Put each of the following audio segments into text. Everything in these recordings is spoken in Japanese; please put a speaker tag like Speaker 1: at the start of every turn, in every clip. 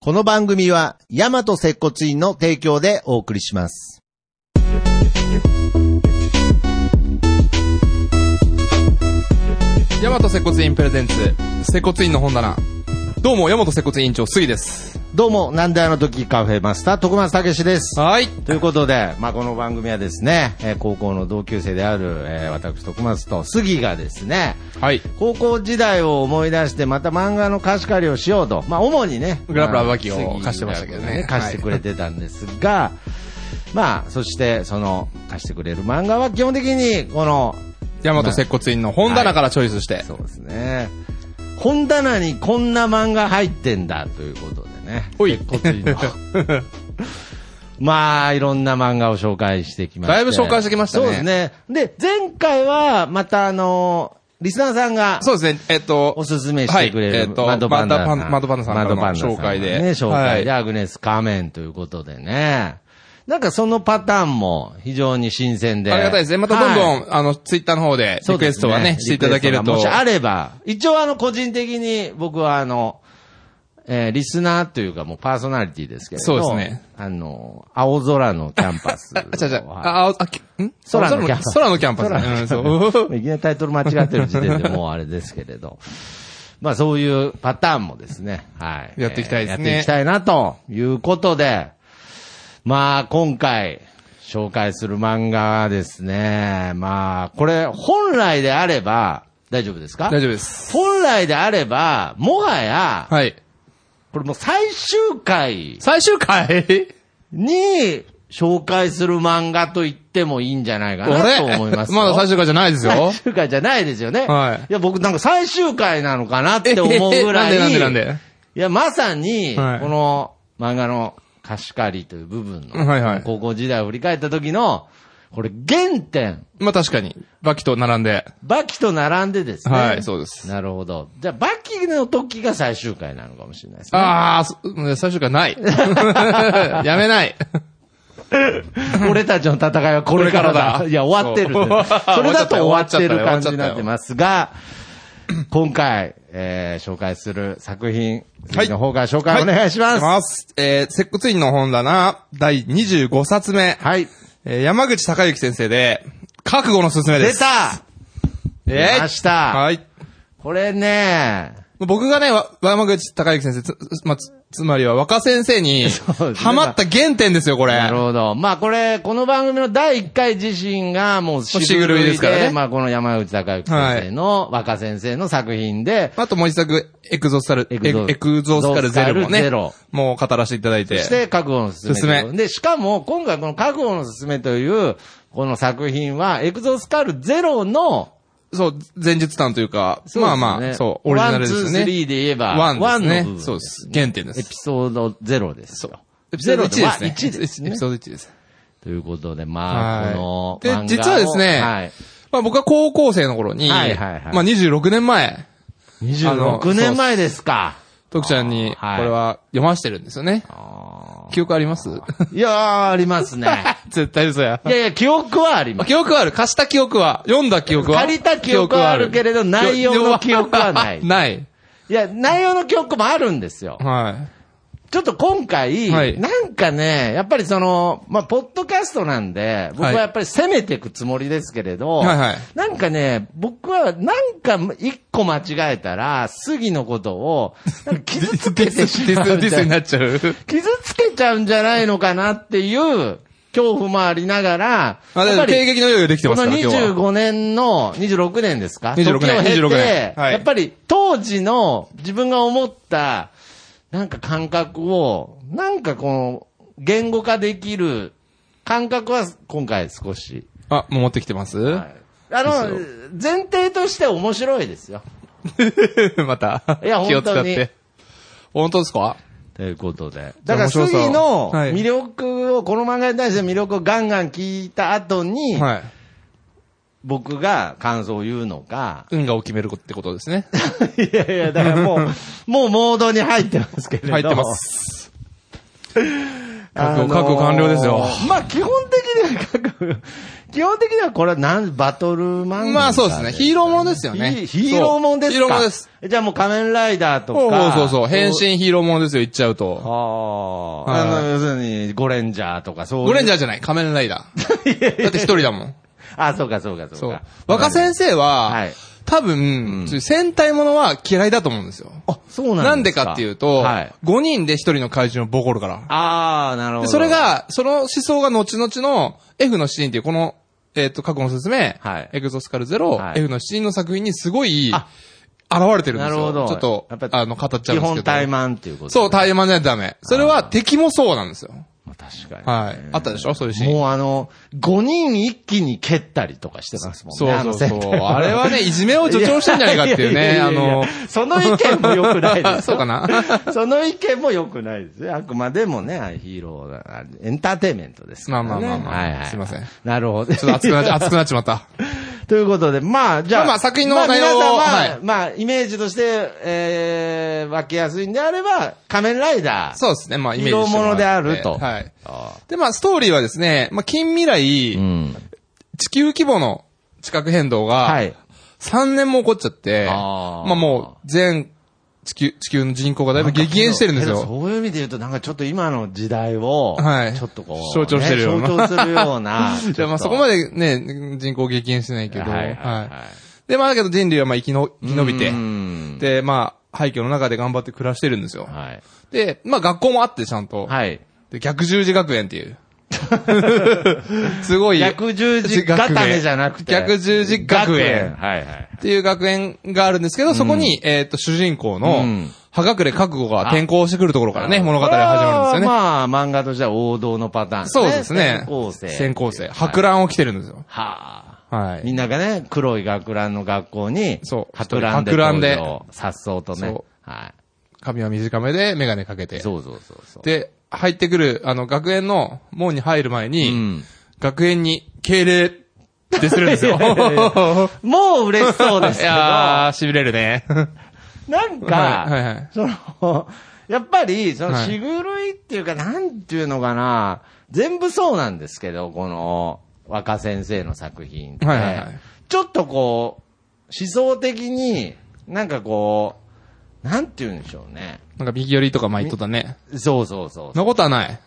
Speaker 1: この番組は、ヤマト接骨院の提供でお送りします。
Speaker 2: 大和接骨院プレゼンツ、接骨院の本棚。どうも、大和接骨院長、杉です。
Speaker 1: どうも、なんであの時カフェマスター、徳松たけしです。
Speaker 2: はい。
Speaker 1: ということで、まあ、この番組はですね、えー高校の同級生である、えー私、徳松と杉がですね、
Speaker 2: はい。
Speaker 1: 高校時代を思い出して、また漫画の貸し借りをしようと。まあ、主にね。
Speaker 2: グラブラ浮気を
Speaker 1: まあ
Speaker 2: 貸してましたけどね
Speaker 1: 貸してくれてたんですが、まあ、そして、その、貸してくれる漫画は基本的に、この、
Speaker 2: 大和接骨院の本棚からチョイスして。
Speaker 1: そうですね。本棚にこんな漫画入ってんだ、ということでね。
Speaker 2: ほい
Speaker 1: 鉄骨のまあ、いろんな漫画を紹介してきました。
Speaker 2: だいぶ紹介してきましたね
Speaker 1: そうですね。で、前回は、またあの、リスナーさんが、
Speaker 2: そうですね、えっと。
Speaker 1: おすすめしてくれる、
Speaker 2: はい、えっと、
Speaker 1: マドパンダさん。
Speaker 2: マドパンダさんからの
Speaker 1: マドパンダさん
Speaker 2: 紹介で。
Speaker 1: ね、紹介で、
Speaker 2: はい
Speaker 1: アグネス・カーメンということでね。なんかそのパターンも非常に新鮮で。
Speaker 2: ありがたいですね。またどんど
Speaker 1: は
Speaker 2: ん、
Speaker 1: い
Speaker 2: あの、ツイッターの方で、リクエストはね、していただけると。
Speaker 1: リクエストがもしあれば、一応あの、個人的に僕はあの、えーリスナーというかもうパーソナリティですけれど。
Speaker 2: そうですね。
Speaker 1: あの、青空のキャンパス。
Speaker 2: あ、ちゃちゃ、
Speaker 1: は
Speaker 2: あ、あ、あきん
Speaker 1: 空のキャンパス
Speaker 2: 空のキャンパスね。うん、そう。
Speaker 1: いいきなりタイトル間違ってる時点でもうあれですけれど。まあそういうパターンもですね。はい。
Speaker 2: やっていきたいですね
Speaker 1: えーやっていきたいなということで、まあ今回紹介する漫画はですね、まあこれ本来であれば、大丈夫ですか
Speaker 2: 大丈夫です。
Speaker 1: 本来であれば、もはや、
Speaker 2: はい。
Speaker 1: これもう最終回
Speaker 2: 最終 回
Speaker 1: に紹介する漫画と言ってもいいんじゃないかなと思いますよ。
Speaker 2: まだ最終回じゃないですよ
Speaker 1: 最。 終回じゃないですよね。
Speaker 2: はい
Speaker 1: や、僕なんか最終回なのかなって思うぐらい。
Speaker 2: なんでなんでなんで
Speaker 1: いや、まさに、こ
Speaker 2: はい
Speaker 1: の漫画の貸し借りという部分の、
Speaker 2: はいはい
Speaker 1: 高校時代を振り返った時の、これ原点、
Speaker 2: まあ確かに。バキと並んで。
Speaker 1: バキと並んでですね。
Speaker 2: はい、そうです。
Speaker 1: なるほど。じゃあ、バキの時が最終回なのかもしれないですね。
Speaker 2: ああ、そ最終回ない。 やめない。
Speaker 1: 俺たちの戦いはこれから
Speaker 2: これから
Speaker 1: だ。
Speaker 2: だ
Speaker 1: いや、終わってる。
Speaker 2: そう
Speaker 1: それだと終わってる感じになってますが、今回、えー紹介する作品、次の方から紹介お願いします。はい。
Speaker 2: ます。えー、接骨院の本棚、第25冊目。えー、山口隆之先生で、覚悟のすすめで
Speaker 1: 出
Speaker 2: す。
Speaker 1: た
Speaker 2: えー
Speaker 1: 出ました
Speaker 2: はい。
Speaker 1: これね、
Speaker 2: 僕がね、わ山口隆之先生、つ、つまあ、つつまりは若先生 に、
Speaker 1: そうですね
Speaker 2: ハマった原点ですよ、これ。
Speaker 1: なるほど。まあこれ、この番組の第1回自身がもう
Speaker 2: しぐるいですからね
Speaker 1: まあこの山内隆之先生の、若先生の作品で、
Speaker 2: あともう一作、エクゾスタル、エ
Speaker 1: エ
Speaker 2: ク
Speaker 1: クゾ
Speaker 2: エクゾスタルゼロも
Speaker 1: ゾスカル
Speaker 2: ね
Speaker 1: ゼロ、
Speaker 2: もう語らせていただいて。
Speaker 1: そして、覚悟のすすめ
Speaker 2: すす
Speaker 1: で、しかも、今回この覚悟のすすめという、この作品は、エクゾスカルゼロの、
Speaker 2: そう、前述談というか、まあまあ、そう、オリジナルですよね。
Speaker 1: 1、2、3で言えば、
Speaker 2: ワンです
Speaker 1: ワ
Speaker 2: ね
Speaker 1: ンの部分
Speaker 2: そうです。原点で
Speaker 1: エ
Speaker 2: す
Speaker 1: ピ。ソードゼロですよ。
Speaker 2: エピソード1ですね。
Speaker 1: ゼロでは1ですね
Speaker 2: エピソード1です。
Speaker 1: ということで、ま
Speaker 2: は
Speaker 1: あ、
Speaker 2: い
Speaker 1: この
Speaker 2: で
Speaker 1: 漫画を、
Speaker 2: 実はですね
Speaker 1: はい。
Speaker 2: まあ僕は高校生の頃に、
Speaker 1: はいはいはい
Speaker 2: まあ26年前、
Speaker 1: 26年前ですか。
Speaker 2: 徳ちゃんに、こ
Speaker 1: はい
Speaker 2: れは読ましてるんですよね。
Speaker 1: あ
Speaker 2: 記憶あります
Speaker 1: ーいやー、ありますね。
Speaker 2: 絶対嘘や
Speaker 1: い。やいや、記憶はありま
Speaker 2: あ
Speaker 1: す。
Speaker 2: 記憶はある。貸した記憶は。読んだ記憶は。
Speaker 1: 借りた記憶はあるけれど
Speaker 2: 記憶はある
Speaker 1: 内容の記憶はない
Speaker 2: ない。
Speaker 1: いや、内容の記憶もあるんですよ。
Speaker 2: は
Speaker 1: ちょっと今回、
Speaker 2: はい
Speaker 1: なんかね、やっぱりその、まあ、ポッドキャストなんで、僕はやっぱり攻めていくつもりですけれど、
Speaker 2: はいはい
Speaker 1: なんかね、僕はなんか一個間違えたら、杉のことを、なんか
Speaker 2: い。
Speaker 1: 傷つけてしまう
Speaker 2: ディス、ディスディスになっちゃう。
Speaker 1: 傷つけちゃうんじゃないのかなっていう恐怖もありながら、
Speaker 2: まあ、
Speaker 1: や
Speaker 2: だ
Speaker 1: っぱ
Speaker 2: から、
Speaker 1: り
Speaker 2: 定劇の用意できて
Speaker 1: こ
Speaker 2: ます
Speaker 1: の
Speaker 2: から、今日は。
Speaker 1: 25年の、26年ですか
Speaker 2: 26年
Speaker 1: 時を経て
Speaker 2: 26年はい
Speaker 1: やっぱり当時の自分が思った、なんか感覚を、なんかこの、言語化できる感覚は今回少し。
Speaker 2: あ、もう持ってきてます、
Speaker 1: はいあの
Speaker 2: で、
Speaker 1: 前提として面白いですよ。
Speaker 2: また。
Speaker 1: いや
Speaker 2: 気を使っ
Speaker 1: 本当に
Speaker 2: て。本当ですか
Speaker 1: ということで。
Speaker 2: じゃ
Speaker 1: だ
Speaker 2: あ
Speaker 1: から
Speaker 2: 面白そう
Speaker 1: 次の
Speaker 2: はい
Speaker 1: 魅力を、この漫画に対しての魅力をガンガン聞いた後に、
Speaker 2: はい。
Speaker 1: 僕が感想を言うのか、
Speaker 2: 運がを決めるってことです ね。
Speaker 1: いやいや、 だからもう、もうモードに入ってますけれど。
Speaker 2: 入ってま。す。覚悟覚悟完了ですよ
Speaker 1: まあ、基本的には覚悟、基本的にはこれはなん、バトル漫画。
Speaker 2: まあそうですね。ヒーローものですよね。
Speaker 1: ヒヒーローもんですか
Speaker 2: ヒーローものです。。
Speaker 1: じゃあもう仮面ライダーとか。
Speaker 2: そうそうそう。変身ヒーローものですよ、言っちゃうと。
Speaker 1: ああ、
Speaker 2: はい
Speaker 1: あの、要するに、ゴレンジャーとか、そういう。
Speaker 2: ゴレンジ
Speaker 1: ャ
Speaker 2: ャーじゃない、仮面ライダー。だって一人だもん。
Speaker 1: ーあ、そうか、そうか、そ
Speaker 2: そうう
Speaker 1: か。。
Speaker 2: 若先生
Speaker 1: は、
Speaker 2: はい多分、戦隊ものは嫌いだと思うんですよ。
Speaker 1: あ、そうなんですか。
Speaker 2: なんでかっていうと、
Speaker 1: はい。
Speaker 2: 5人で1人の怪獣をボコるから。
Speaker 1: ああ、なるほ
Speaker 2: で
Speaker 1: ど。
Speaker 2: それ、が、その思想が後々の F のシーンっていう、この、えっ、と、過去の説明、
Speaker 1: はい
Speaker 2: エクゾスカルゼロ、
Speaker 1: はい
Speaker 2: F のシーンの作品にすごい、現
Speaker 1: あ
Speaker 2: れてるんですよ。
Speaker 1: なるほど
Speaker 2: ちょっと
Speaker 1: やっぱ、
Speaker 2: あの、語っちゃうんですけ
Speaker 1: 基
Speaker 2: ど。
Speaker 1: 本怠慢っていうこと。
Speaker 2: そう、怠慢じゃダメ。それは敵もそうなんですよ。
Speaker 1: まあ確かに。
Speaker 2: はい。あったでしょそういうシーン。
Speaker 1: もうあの、5人一気に蹴ったりとかしてますもんね。
Speaker 2: そう
Speaker 1: あ
Speaker 2: そ
Speaker 1: の
Speaker 2: うそう
Speaker 1: 戦。隊
Speaker 2: あれはね、いじめを助長してんじゃないかっていう
Speaker 1: や
Speaker 2: ね、
Speaker 1: や
Speaker 2: あ
Speaker 1: いやいや
Speaker 2: の、
Speaker 1: その意見も良くないですよ
Speaker 2: そうかな
Speaker 1: その意見も良くないですね。あくまでもね、ヒーローだ、エンターテインメントですからね。
Speaker 2: まあまあまあまあ
Speaker 1: はいは
Speaker 2: すいません。
Speaker 1: なるほど。
Speaker 2: ちょっと熱くなっちゃ、熱くなっちまった。
Speaker 1: ということで、まあ、じゃあ、
Speaker 2: まあまあ作品の
Speaker 1: まあ
Speaker 2: 内容を
Speaker 1: 皆さんは、
Speaker 2: はい
Speaker 1: まあ、イメージとして、えー、分けやすいんであれば、仮面ライダー。
Speaker 2: そうですね、まあイメージしてもらって。
Speaker 1: 色物であると
Speaker 2: はい。
Speaker 1: あ
Speaker 2: で、まあストーリーはですね、まあ近未来、
Speaker 1: ーうん。
Speaker 2: 地球規模の地殻変動
Speaker 1: は
Speaker 2: が、
Speaker 1: い。
Speaker 2: 3年も起こっちゃって、
Speaker 1: あー
Speaker 2: まあもう全地球、地球の人口がだいぶ激減してるんです
Speaker 1: なんか
Speaker 2: よ。
Speaker 1: そういう意味で言うと、なんかちょっと今の時代を、
Speaker 2: はい
Speaker 1: ちょっとこう、
Speaker 2: 象徴してるような
Speaker 1: ね象徴するよう な。
Speaker 2: じゃあまあそこま
Speaker 1: で
Speaker 2: でね、人口激減してないけど、
Speaker 1: はいはいはい
Speaker 2: い。で、まあだけど人類はまあ生きの、生き延びて、
Speaker 1: うん
Speaker 2: で、まあ、廃墟の中で頑張って暮らしてるんですよ。
Speaker 1: はい。
Speaker 2: で、まあ学校もあってちゃんと。
Speaker 1: はい。
Speaker 2: で、逆十字学園っ ていう。すごい。
Speaker 1: 逆十字固めじゃなくて。
Speaker 2: 逆十字学園。
Speaker 1: はいはい。
Speaker 2: っていう学園があるんですけど、そこに、えっと、主人公の
Speaker 1: うん、
Speaker 2: はがくれ覚悟が転校してくるところからね、物語が始まるんですよ
Speaker 1: これ
Speaker 2: ね。
Speaker 1: はまあ、漫画としては王道のパターン、
Speaker 2: そうですね。
Speaker 1: 先行生。
Speaker 2: 先行生。
Speaker 1: は
Speaker 2: 博覧を着てるんですよ。
Speaker 1: はあ。
Speaker 2: は
Speaker 1: み
Speaker 2: い。
Speaker 1: んながね、黒い学ランの学校に、
Speaker 2: そう
Speaker 1: 博覧で。
Speaker 2: 博覧で
Speaker 1: 登場。さっそうとね
Speaker 2: そ。
Speaker 1: は
Speaker 2: 髪は短めで、メガネかけ
Speaker 1: い。
Speaker 2: て。
Speaker 1: そうそうそうそう。
Speaker 2: で、入ってくる、あの、学園の門に入る前
Speaker 1: う
Speaker 2: に、
Speaker 1: ん。
Speaker 2: 学園に敬礼ってするんですよ。
Speaker 1: いやいやいやもう嬉しそうです
Speaker 2: い
Speaker 1: けど、
Speaker 2: やー、痺れるね。
Speaker 1: なんか、
Speaker 2: はいはいはい
Speaker 1: その、 やっぱり、その、
Speaker 2: はい
Speaker 1: しぐるいっていうか、なんていうのかな、全部そうなんですけど、この、若先生の作品って、
Speaker 2: はいはいはい
Speaker 1: ちょっとこう、思想的に、なんかこう、なんて言うんでしょうね。
Speaker 2: なんか右寄りとかまあ言っとったね。
Speaker 1: そうそうそう
Speaker 2: そんなことはない。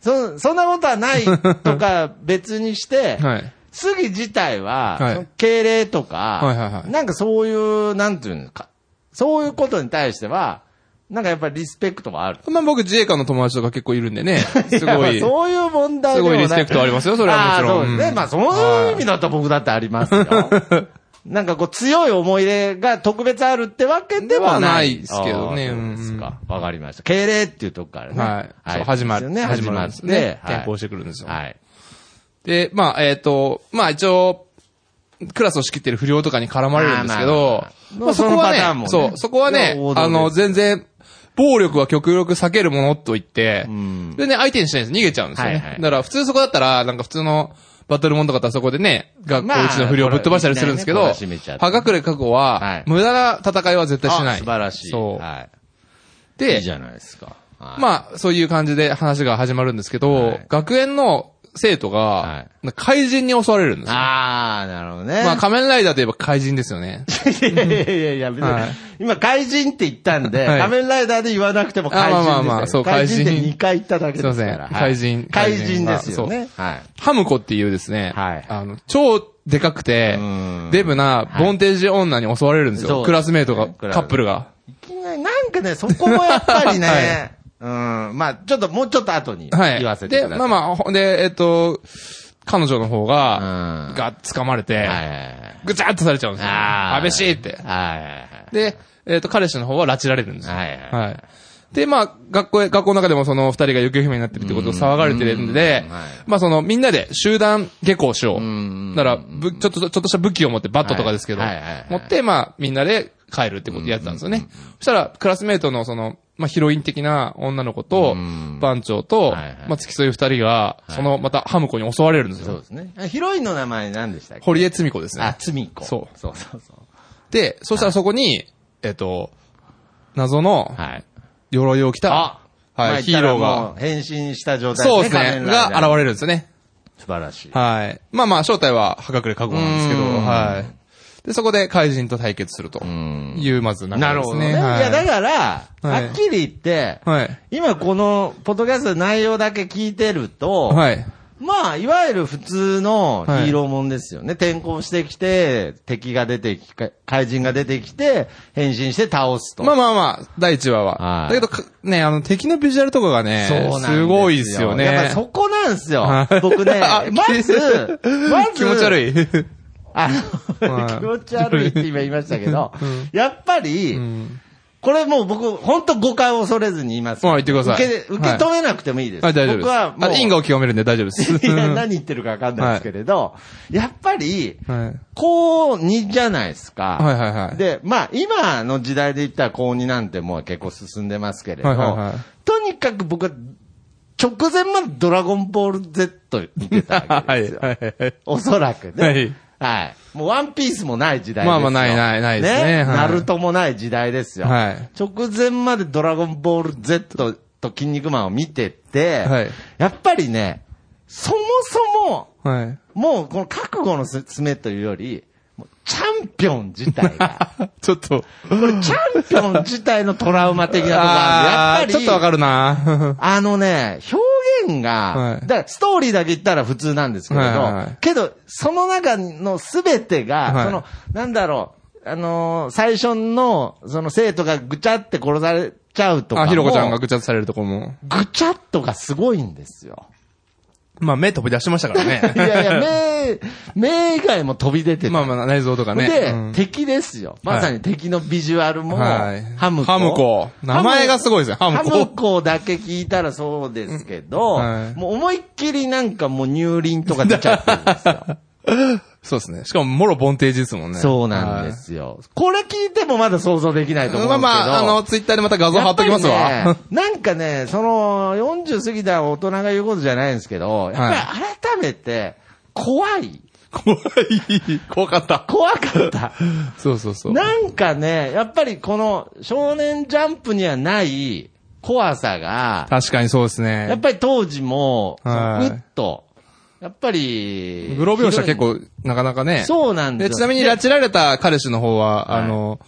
Speaker 1: そ。そんなことはないとか別にして、
Speaker 2: はい。
Speaker 1: 杉自体は、
Speaker 2: はい
Speaker 1: その敬礼とか、
Speaker 2: はいはいはい
Speaker 1: なんかそういう、なんていうのか、そういうことに対しては、なんかやっぱりリスペクトはある。
Speaker 2: まあ僕自衛官の友達とか結構いるんでね。す
Speaker 1: いやま
Speaker 2: ご
Speaker 1: あ
Speaker 2: い。
Speaker 1: そういう問題でもない
Speaker 2: すごいリスペクトありますよそれはもちろん
Speaker 1: ああそうです
Speaker 2: う
Speaker 1: ね。
Speaker 2: ん
Speaker 1: まあそういう意味だと僕だってありますよ。なんかこう強い思い入れが特別あるってわけではない。
Speaker 2: ではないですけどね
Speaker 1: ああそうですか。わかりました。敬礼っていうとこからね。
Speaker 2: はい。そう始まる。
Speaker 1: ですよね。始ま
Speaker 2: る
Speaker 1: って
Speaker 2: んですね。
Speaker 1: はい
Speaker 2: 転校してくるんですよ。
Speaker 1: はい。
Speaker 2: で、まあえっと、まあ一応、クラスを仕切ってる不良とかに絡まれるんですけど
Speaker 1: まあまあまあ、まあ
Speaker 2: まあそ
Speaker 1: そ
Speaker 2: こは
Speaker 1: のパターンも
Speaker 2: ね、
Speaker 1: ね
Speaker 2: そう、そこはね
Speaker 1: いや王道、です
Speaker 2: あの、全然、暴力は極力避けるものと言って
Speaker 1: ん、
Speaker 2: でね、相手にしないんです。逃げちゃうんですよ
Speaker 1: は
Speaker 2: ね。
Speaker 1: いはい
Speaker 2: だから普通そこだったら、なんか普通の、バトルモンとかだったらそこでね、学校一の不良をぶっ飛ばしたりするんですけど、
Speaker 1: まあ
Speaker 2: は
Speaker 1: みんなね懲らしめちゃって
Speaker 2: がくれ過去
Speaker 1: は、
Speaker 2: はい無駄な戦いは絶対しな
Speaker 1: あ
Speaker 2: い。
Speaker 1: 素晴らしい。
Speaker 2: そ
Speaker 1: は
Speaker 2: う。
Speaker 1: い。いい
Speaker 2: で
Speaker 1: じ、ゃないですか。はい
Speaker 2: まあ、そういう感じで話が始まるんですけ
Speaker 1: は
Speaker 2: ど
Speaker 1: い、
Speaker 2: 学園の生徒
Speaker 1: は
Speaker 2: が、怪人に襲われるんですよ。
Speaker 1: あー、なるほどね。
Speaker 2: まあ、仮面ライダーといえば怪人です よね。
Speaker 1: いやいやいやいや、別に、
Speaker 2: はい
Speaker 1: 今怪人って言ったんで、
Speaker 2: はい
Speaker 1: 仮面ライダーで言わなくても怪人ですよ。
Speaker 2: あまあまあまあそう
Speaker 1: 怪人。
Speaker 2: 怪
Speaker 1: 怪
Speaker 2: 人
Speaker 1: 人って2回言っただけですから。
Speaker 2: すいません
Speaker 1: はい
Speaker 2: 怪人
Speaker 1: 怪人ですよね。はい。
Speaker 2: ハムコっていうですね、
Speaker 1: はい
Speaker 2: あの、超でかくて
Speaker 1: うん、
Speaker 2: デブな、ボンテージ女に襲われるんですよ。
Speaker 1: そう
Speaker 2: クラスメイトが、
Speaker 1: ク
Speaker 2: カ
Speaker 1: ラス
Speaker 2: ップルが。
Speaker 1: いきなり、なんかね、そこもやっぱり
Speaker 2: は
Speaker 1: ね、うん、まあちょっと、もうちょっと後に
Speaker 2: はい。
Speaker 1: 言わせてください。
Speaker 2: で、まあまあ、ほんで、えっと、彼女の方が、
Speaker 1: うん
Speaker 2: が、掴まれて、
Speaker 1: はいはいはい。
Speaker 2: ぐちゃっとされちゃうんですよ。
Speaker 1: あー
Speaker 2: 安倍氏って。
Speaker 1: はいはい
Speaker 2: で、えっと、彼氏の方は拉致られるんですよ。
Speaker 1: はいはい
Speaker 2: はい。で、まあ、学校へ、学校の中でもその二人が行方不明になってるってことを騒がれてるんで
Speaker 1: うんはい、
Speaker 2: まあその、みんなで集団下校しよ
Speaker 1: ん
Speaker 2: う。だから、ぶちょっと、ちょっとした武器を持って、バットとかですけど
Speaker 1: はいはいはいはい、
Speaker 2: 持って、まあ、みんなで帰るってことやってたんですよね。そしたら、クラスメイトのその、まあ、ヒロイン的な女の子と
Speaker 1: うん、
Speaker 2: 番長
Speaker 1: はい
Speaker 2: と、
Speaker 1: はい
Speaker 2: まあ、付き添い二人が、その、また、ハムコに襲われるんです
Speaker 1: そう
Speaker 2: よ。
Speaker 1: ですね。あヒロインの名前何でしたっけ
Speaker 2: 堀江つみ子ですね
Speaker 1: あ、。つみこ。
Speaker 2: そう
Speaker 1: そうそうそう。
Speaker 2: で、そしたらそこに、えっと、謎の、
Speaker 1: はい。
Speaker 2: 鎧を着た、
Speaker 1: ま
Speaker 2: は
Speaker 1: あ
Speaker 2: い、ヒーロー
Speaker 1: 言ったらも
Speaker 2: が。
Speaker 1: う変身した状態
Speaker 2: そうです
Speaker 1: 仮
Speaker 2: ね。
Speaker 1: 面ラ
Speaker 2: が
Speaker 1: イダー
Speaker 2: 現れるんですよね。
Speaker 1: 素晴らしい。
Speaker 2: はい。まあまあ、正体は破格で覚悟なんですけど、
Speaker 1: うん
Speaker 2: はい。で、そこで怪人と対決すると
Speaker 1: ん
Speaker 2: いう、まず流れですね。
Speaker 1: なるほどね。い
Speaker 2: はい
Speaker 1: や、だから、
Speaker 2: はい
Speaker 1: はっきり言って、
Speaker 2: はい。
Speaker 1: 今この、ポッドキャストの内容だけ聞いてると、
Speaker 2: はい。
Speaker 1: まあ、いわゆる普通のヒーローもんですよね。転校してきて、敵が出てき、か怪人が出てきて、変身して倒すと。
Speaker 2: まあまあまあ、第1話は。
Speaker 1: はい
Speaker 2: だけどか、ね、あの、敵のビジュアルとかがね、
Speaker 1: そうなんですよ。
Speaker 2: ごいですよね。
Speaker 1: やっぱそこなんですよ
Speaker 2: はい。
Speaker 1: 僕ね
Speaker 2: あ、
Speaker 1: まず、まず、
Speaker 2: 気持ち悪い。
Speaker 1: あの、
Speaker 2: はい
Speaker 1: 気持ち悪いって今言いましたけど、
Speaker 2: うん
Speaker 1: やっぱり、
Speaker 2: うん
Speaker 1: これもう僕、本当誤解を恐れずに言います。
Speaker 2: まあ言ってください
Speaker 1: 受け受け止めなくてもいいです。
Speaker 2: あ、大丈夫です。
Speaker 1: 僕はも
Speaker 2: あ
Speaker 1: う、
Speaker 2: 因果を極めるんで大丈夫です。
Speaker 1: いや、何言ってるか分かんないですけれど、やっぱり、
Speaker 2: はい
Speaker 1: 高2じゃないですか。
Speaker 2: はいはいはい
Speaker 1: で、まあ、今の時代で言ったら高2なんてもう結構進んでますけれど、
Speaker 2: はいはいはい
Speaker 1: とにかく僕は、直前までドラゴンボール Z 見てたわけ
Speaker 2: は
Speaker 1: で
Speaker 2: い
Speaker 1: すよ。
Speaker 2: はいはい。
Speaker 1: おそらくね。
Speaker 2: はい
Speaker 1: もうワンピースもない時代ですよ。
Speaker 2: まあまあないないないですねはい
Speaker 1: ナルトもない時代ですよ。
Speaker 2: はい
Speaker 1: 直前までドラゴンボール Z と筋肉マンを見てて、
Speaker 2: はい
Speaker 1: やっぱりね、そもそも、
Speaker 2: はい。
Speaker 1: もうこの覚悟のす爪というより、もうチャンピオン自体 が、
Speaker 2: ちょっと。
Speaker 1: これチャンピオン自体のトラウマ的なところがあ
Speaker 2: あ
Speaker 1: るや
Speaker 2: ー
Speaker 1: っぱ
Speaker 2: ち
Speaker 1: り、
Speaker 2: ょっとわか るな
Speaker 1: あのね、表現が、
Speaker 2: はい
Speaker 1: だからストーリーだけ言ったら普通なんですけれど、
Speaker 2: はいはいはい
Speaker 1: けど、その中のすべてが、
Speaker 2: はい
Speaker 1: その、なんだろう、あのー最初の、その生徒がぐちゃって殺されちゃうとかも。
Speaker 2: あ、ひろこちゃんがぐちゃっとされるとこも。
Speaker 1: ぐちゃっとがすごいんですよ。
Speaker 2: まあ、目飛び出してました からね。
Speaker 1: いやいや、目、目以外も飛び出てて。
Speaker 2: まあまあ、内臓とかね。
Speaker 1: で、
Speaker 2: うん
Speaker 1: 敵ですよ。まさに敵のビジュアルも、
Speaker 2: はい
Speaker 1: ハムコ。
Speaker 2: ハムコ名前がすごいですねハムコ
Speaker 1: ハムコだけ聞いたらそうですけど、
Speaker 2: うんはい
Speaker 1: もう思いっきりなんかもう乳輪とか出ちゃってるんですよ。
Speaker 2: そうですね。しかも、もろボンテージですもん ね。
Speaker 1: そうなんで
Speaker 2: はい。
Speaker 1: すよ。これ聞いてもまだ想像できないと思うんで
Speaker 2: ますあ
Speaker 1: けど。
Speaker 2: まあ、あの、ツイッターでまた画像貼っときます
Speaker 1: やっ
Speaker 2: わ
Speaker 1: ぱ。りね なんかね、その、40過ぎた大人が言うことじゃないんですけど、やっぱり改めて、怖い。
Speaker 2: 怖い。 怖かった。
Speaker 1: 怖かった。
Speaker 2: そうそう そう。
Speaker 1: なんかね、やっぱりこの少年ジャンプにはない怖さが、
Speaker 2: 確かにそうです
Speaker 1: やっ
Speaker 2: ね。
Speaker 1: ぱり当時も、ぐ
Speaker 2: はい
Speaker 1: っと、やっぱり、
Speaker 2: グロ描写結構、なかなかね。
Speaker 1: そうなんです
Speaker 2: で、
Speaker 1: よ。
Speaker 2: ちなみに、
Speaker 1: で
Speaker 2: 拉致られた彼氏の方は、
Speaker 1: はい
Speaker 2: あの、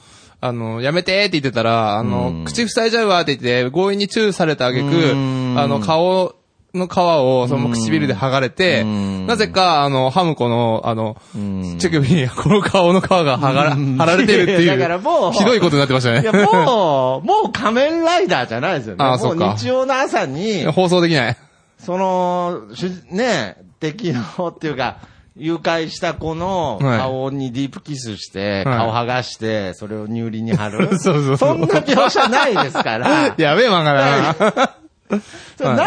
Speaker 2: あの、やめてって言ってたら、あの、口塞いじゃうわって言って、強引にチューされた挙句
Speaker 1: うん
Speaker 2: あの、顔の皮を、その唇で剥がれて、
Speaker 1: うん
Speaker 2: なぜか、あの、ハムコの、あの、
Speaker 1: ん
Speaker 2: 乳首に、 この顔の皮が剥がら、貼られてるって
Speaker 1: い
Speaker 2: い
Speaker 1: やだからもう
Speaker 2: う、ひどいことになってました
Speaker 1: いや、
Speaker 2: ね。
Speaker 1: もう、も う仮面ライダーじゃないですよね。
Speaker 2: あー
Speaker 1: も
Speaker 2: そっか、
Speaker 1: う日曜の朝に
Speaker 2: 放送できない。
Speaker 1: その、主ね、敵の、っていうか、誘拐した子の
Speaker 2: はい
Speaker 1: 顔にディープキスして、
Speaker 2: はい
Speaker 1: 顔剥がして、それを乳輪に貼る。
Speaker 2: そうそうそう
Speaker 1: そんな描写ないです から。
Speaker 2: やべえ漫画だな。
Speaker 1: そう
Speaker 2: はい
Speaker 1: な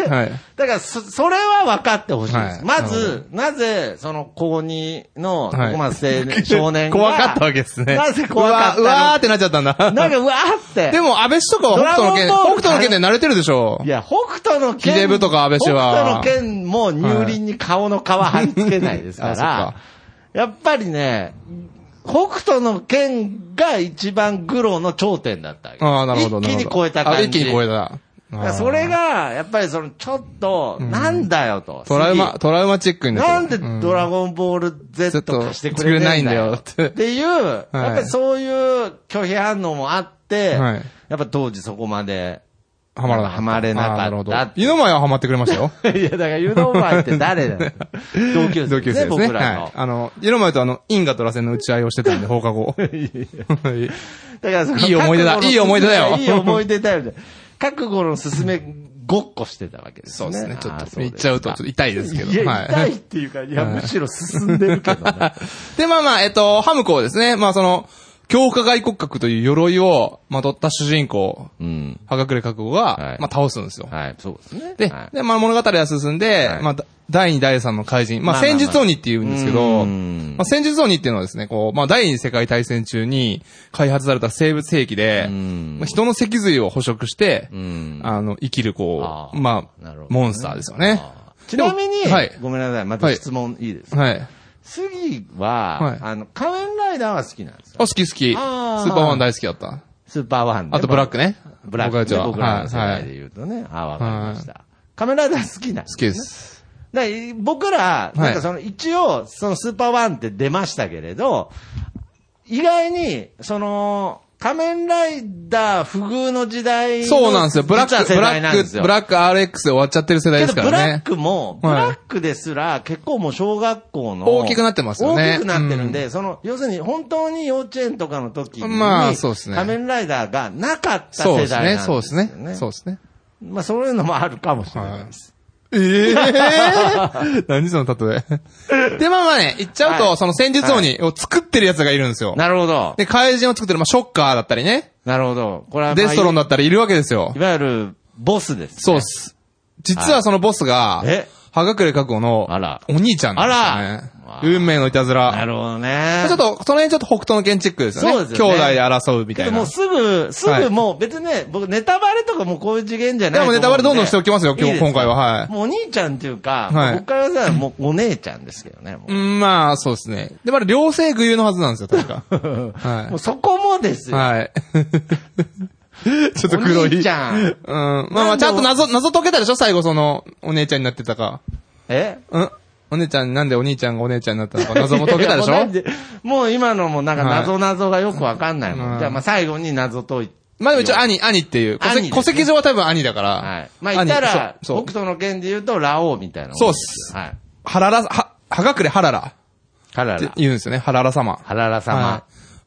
Speaker 1: んで、
Speaker 2: はい
Speaker 1: だからそ、それは分かってほしいです。
Speaker 2: はい
Speaker 1: まず、なぜ、その、高2の、こ
Speaker 2: はい
Speaker 1: こまで 青年、少年が。
Speaker 2: 怖かったわけですね。
Speaker 1: なぜ怖かったの
Speaker 2: うわうわーってなっちゃったんだ。
Speaker 1: なんか、うわーって。
Speaker 2: でも、安倍氏とかは北斗の剣、
Speaker 1: ドラゴンボー
Speaker 2: 北
Speaker 1: ル
Speaker 2: 斗の剣で慣れてるでしょ
Speaker 1: いや、北斗の剣。
Speaker 2: ヒデブとか安倍氏は
Speaker 1: 北斗の剣も乳輪に顔の皮貼り付けないですか
Speaker 2: あそっ
Speaker 1: ら
Speaker 2: か。
Speaker 1: やっぱりね、北斗の剣が一番グロの頂点だったわけです
Speaker 2: ああ、なるほど、なる
Speaker 1: 一
Speaker 2: ほど。
Speaker 1: 気に超えた感じ。
Speaker 2: あ一気に超えた。
Speaker 1: だ
Speaker 2: あ
Speaker 1: から
Speaker 2: ー
Speaker 1: それが、やっぱりその、ちょっと、なんだよと。
Speaker 2: トラウマ、トラウマチックに
Speaker 1: 次。
Speaker 2: なっ
Speaker 1: なん
Speaker 2: た
Speaker 1: でドラゴンボール Z
Speaker 2: ちょっと
Speaker 1: 貸してくれないんだよ。
Speaker 2: 作れないんだよって
Speaker 1: っていう、やっぱりそういう拒否反応もあって、
Speaker 2: はい
Speaker 1: やっぱ当時そこまで、
Speaker 2: うんはまらなかった。
Speaker 1: はまれなかった
Speaker 2: あーるほど湯の前ははまってくれ ましたよ。
Speaker 1: いや、だから、湯の前って誰 だよ。同級生、ね。
Speaker 2: 同級生ですね。
Speaker 1: 僕らの。
Speaker 2: はい。あの、湯の前とあの、因果と螺旋の打ち合いをしてたんで、放課 後。はい
Speaker 1: だからその
Speaker 2: いい思い出だ
Speaker 1: 覚悟の
Speaker 2: いい思い出だよ
Speaker 1: いい思い出だよね。覚悟の進めごっこしてたわけです
Speaker 2: そ
Speaker 1: ね。
Speaker 2: うですね。ちょっ
Speaker 1: あー
Speaker 2: と、行っちゃうと、ちょっと痛いですけど。
Speaker 1: いや、
Speaker 2: は
Speaker 1: 痛いっていうか、いや、むしろ進んでる けどな。
Speaker 2: で、まあまあ、えっと、ハムコはですね、まあその、強化外骨格という鎧をまとった主人公、
Speaker 1: うん。
Speaker 2: 破格れ覚悟
Speaker 1: はい
Speaker 2: が、まあ倒すんですよ。
Speaker 1: はい、そうですね。
Speaker 2: で
Speaker 1: は、い
Speaker 2: で、まあ物語は進んで
Speaker 1: は、い
Speaker 2: まあ、だ第2、第3の怪人、ま
Speaker 1: ま
Speaker 2: あ
Speaker 1: あまあま
Speaker 2: 戦
Speaker 1: あ
Speaker 2: 術鬼って言うんですけど、
Speaker 1: うん
Speaker 2: まあ戦術鬼っていうのはですね、こう、まあ第二次世界大戦中に開発された生物兵器で、
Speaker 1: ん
Speaker 2: まあ人の脊髄を捕食して
Speaker 1: う、ん
Speaker 2: あの、生きるこ
Speaker 1: あ
Speaker 2: う、
Speaker 1: ー
Speaker 2: ま
Speaker 1: なるほど
Speaker 2: あ
Speaker 1: ね、
Speaker 2: モンスターですよね。
Speaker 1: ちなみに、
Speaker 2: はい
Speaker 1: ごめんなさい、また質問いいですか。
Speaker 2: はい。
Speaker 1: 次は、
Speaker 2: はい
Speaker 1: あの、仮面ライダーは好きなんです
Speaker 2: あ、
Speaker 1: か
Speaker 2: 好き好き。ス
Speaker 1: あー
Speaker 2: ーパーマン大好きだった。
Speaker 1: ススーパーワンね、
Speaker 2: あとブラックね。
Speaker 1: ブラック、
Speaker 2: 僕たちは
Speaker 1: 僕らの世
Speaker 2: はいは
Speaker 1: 代
Speaker 2: い。
Speaker 1: で言うとね。あ、わかりました。仮面ライダー好きなん
Speaker 2: 好きです。
Speaker 1: だから僕ら、
Speaker 2: い
Speaker 1: なんかその、一応、そのスーパーワンって出ましたけれど、意外に、その、仮面ライダー不遇の時代の
Speaker 2: そうなんですよ。ブラ
Speaker 1: 実は
Speaker 2: ック、
Speaker 1: 世
Speaker 2: ブラ
Speaker 1: 代なんで
Speaker 2: ッ
Speaker 1: す
Speaker 2: ク、
Speaker 1: よ
Speaker 2: ブラック RX で終わっちゃってる世代
Speaker 1: けど、
Speaker 2: ですか
Speaker 1: ブラ
Speaker 2: ら
Speaker 1: ッ
Speaker 2: ね。
Speaker 1: クも、ブ
Speaker 2: はい
Speaker 1: ラックですら、結構もう小学校の。
Speaker 2: 大きくなってますよね
Speaker 1: 大きくなってるんで、その、要するに本当に幼稚園とかの時に、
Speaker 2: まあそうですね
Speaker 1: 仮面ライダーがなかった
Speaker 2: そう
Speaker 1: 世
Speaker 2: です
Speaker 1: 代
Speaker 2: ね、
Speaker 1: なん
Speaker 2: そう
Speaker 1: で
Speaker 2: ですす
Speaker 1: よね。
Speaker 2: ね。そうですね。
Speaker 1: まあそういうのもあるかもしれないです。
Speaker 2: ええ 何その例え。で、まあまあね、言っちゃうと、
Speaker 1: はい
Speaker 2: その戦術鬼を作ってる奴がいるんですよ。
Speaker 1: なるほど。
Speaker 2: で、怪人を作ってる、まあ、ショッカーだったりね、
Speaker 1: なるほど。これはまあ、
Speaker 2: デストロンだったりいるわけですよ
Speaker 1: い。わゆる、ボスです、ね。
Speaker 2: そうっす。実はそのボスが、
Speaker 1: え
Speaker 2: はがくれ覚悟の
Speaker 1: あら、
Speaker 2: お兄ちゃんなんです
Speaker 1: あら
Speaker 2: よね。運命のいたず
Speaker 1: な
Speaker 2: ら。
Speaker 1: るほどね。
Speaker 2: ちょっと、その辺ちょっと北東の建築ですよね。
Speaker 1: そうですよね
Speaker 2: 兄弟で争うみた
Speaker 1: けど
Speaker 2: いな。
Speaker 1: もうすぐ、す
Speaker 2: は
Speaker 1: ぐ
Speaker 2: い
Speaker 1: もう別にね、僕ネタバレとかもうこういう次元じゃない
Speaker 2: でもネタバレどんどんしておきますよ
Speaker 1: と思うんで
Speaker 2: 今日今回ははい
Speaker 1: もうお兄ちゃんっていうか、
Speaker 2: はい
Speaker 1: 僕からしたらもうお姉ちゃんですけどね。もう
Speaker 2: うん、まあ、そうですね。で、まだ両性具有のはずなんですよ、確か。はい
Speaker 1: もうそこもですよ。
Speaker 2: はい。 ちょっと黒
Speaker 1: お
Speaker 2: い。
Speaker 1: 兄ちゃん
Speaker 2: うん。まあまあ、ちゃんと謎、謎解けたでしょ最後その、お姉ちゃんになってたか。
Speaker 1: え
Speaker 2: うんお姉ちゃん、なんでお兄ちゃんがお姉ちゃんになったのか謎も解けたでし
Speaker 1: いや いやもうな
Speaker 2: ょ
Speaker 1: んもう今のもなんか謎謎がよくわかんないもん。
Speaker 2: はい
Speaker 1: じゃあまあ最後に謎解いて。
Speaker 2: まあでも一応兄、兄っていう。戸
Speaker 1: 兄です
Speaker 2: 籍,、
Speaker 1: ね
Speaker 2: 戸籍上は多分兄だから。
Speaker 1: はい。まあ言ったら、
Speaker 2: 兄
Speaker 1: 北
Speaker 2: そうそう。
Speaker 1: 斗の剣で言うと、ラオウみたいなもん
Speaker 2: そうっ
Speaker 1: です
Speaker 2: す
Speaker 1: よ。はい。
Speaker 2: はらら、は、はがくれはらら
Speaker 1: ハラ
Speaker 2: って
Speaker 1: ラ。
Speaker 2: 言うんですよね。はらら様。
Speaker 1: ハララ様
Speaker 2: は。い。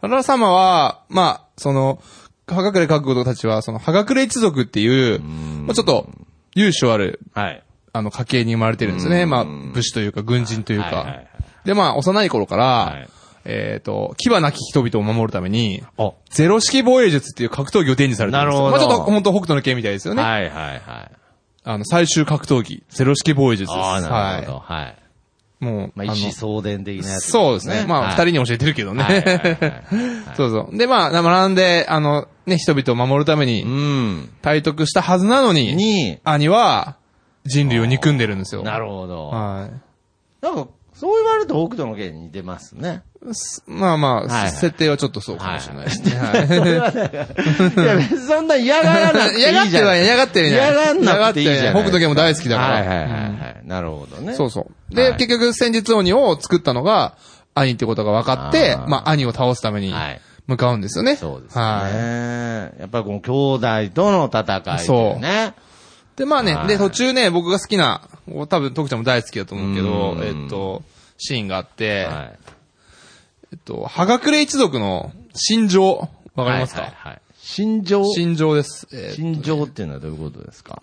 Speaker 2: はらら様は、まあ、その、はがくれ覚悟たちは、その、はがくれ一族っていう、まあちょっと、由緒ある
Speaker 1: はい。
Speaker 2: あの、家系に生まれてるんですね。まあ、武士というか、軍人という
Speaker 1: はいはいは
Speaker 2: か
Speaker 1: い。
Speaker 2: で、まあ、幼い頃から、
Speaker 1: い
Speaker 2: えっ、と、牙なき人々を守るために、
Speaker 1: お。
Speaker 2: ゼロ式防衛術っていう格闘技を伝授されてるん
Speaker 1: なる
Speaker 2: ですよ。
Speaker 1: ほど
Speaker 2: まあ、ちょっと、本当北斗の拳みたいですよね。
Speaker 1: はいはいはい。
Speaker 2: あの、最終格闘技、ゼロ式防衛術です。
Speaker 1: ああ、なるほ
Speaker 2: は
Speaker 1: ど。はい。
Speaker 2: い。もう、
Speaker 1: まあ、
Speaker 2: の
Speaker 1: 意思相伝的なやつ、
Speaker 2: そうですね。まあ、二、人に教えてるけどね。
Speaker 1: はいはいはいは
Speaker 2: そうそう。で、まあ、学んで、あの、ね、人々を守るために、
Speaker 1: うん。
Speaker 2: 体得したはずなのに、
Speaker 1: に、
Speaker 2: 兄は、人類を憎んでるんですよ。
Speaker 1: なるほど。
Speaker 2: はい。
Speaker 1: なんか、そう言われると北斗の剣に似てます ね。
Speaker 2: すまあまあ、
Speaker 1: はいはい
Speaker 2: 設定はちょっとそうかもしれないですね。
Speaker 1: それはだから、いや、別にそんな嫌がら なくていいじゃん。
Speaker 2: 嫌がってはいない、嫌がってはいない。
Speaker 1: 嫌がらなくていいじゃない
Speaker 2: 嫌がっては北斗家も大好きだから。
Speaker 1: はいはいはいはい。なるほどね。
Speaker 2: そうそう。で、
Speaker 1: はい
Speaker 2: 結局戦術鬼を作ったのが、兄ってことが分かって、
Speaker 1: あー
Speaker 2: まあ兄を倒すために
Speaker 1: はい
Speaker 2: 向かうんですよね。
Speaker 1: そうですね。
Speaker 2: は
Speaker 1: やっぱりこの兄弟との戦い、ね。
Speaker 2: そうい。で、まあね
Speaker 1: は、い
Speaker 2: で、途中ね、僕が好きな、多分徳ちゃんも大好きだと思うけど
Speaker 1: う、ん
Speaker 2: えっと、シーンがあって、
Speaker 1: はい。
Speaker 2: えっと、はがくれ一族の心情、わかります
Speaker 1: はい
Speaker 2: か
Speaker 1: はいはい。心情
Speaker 2: 心情です。えー
Speaker 1: 心情っていうのはどういうことですか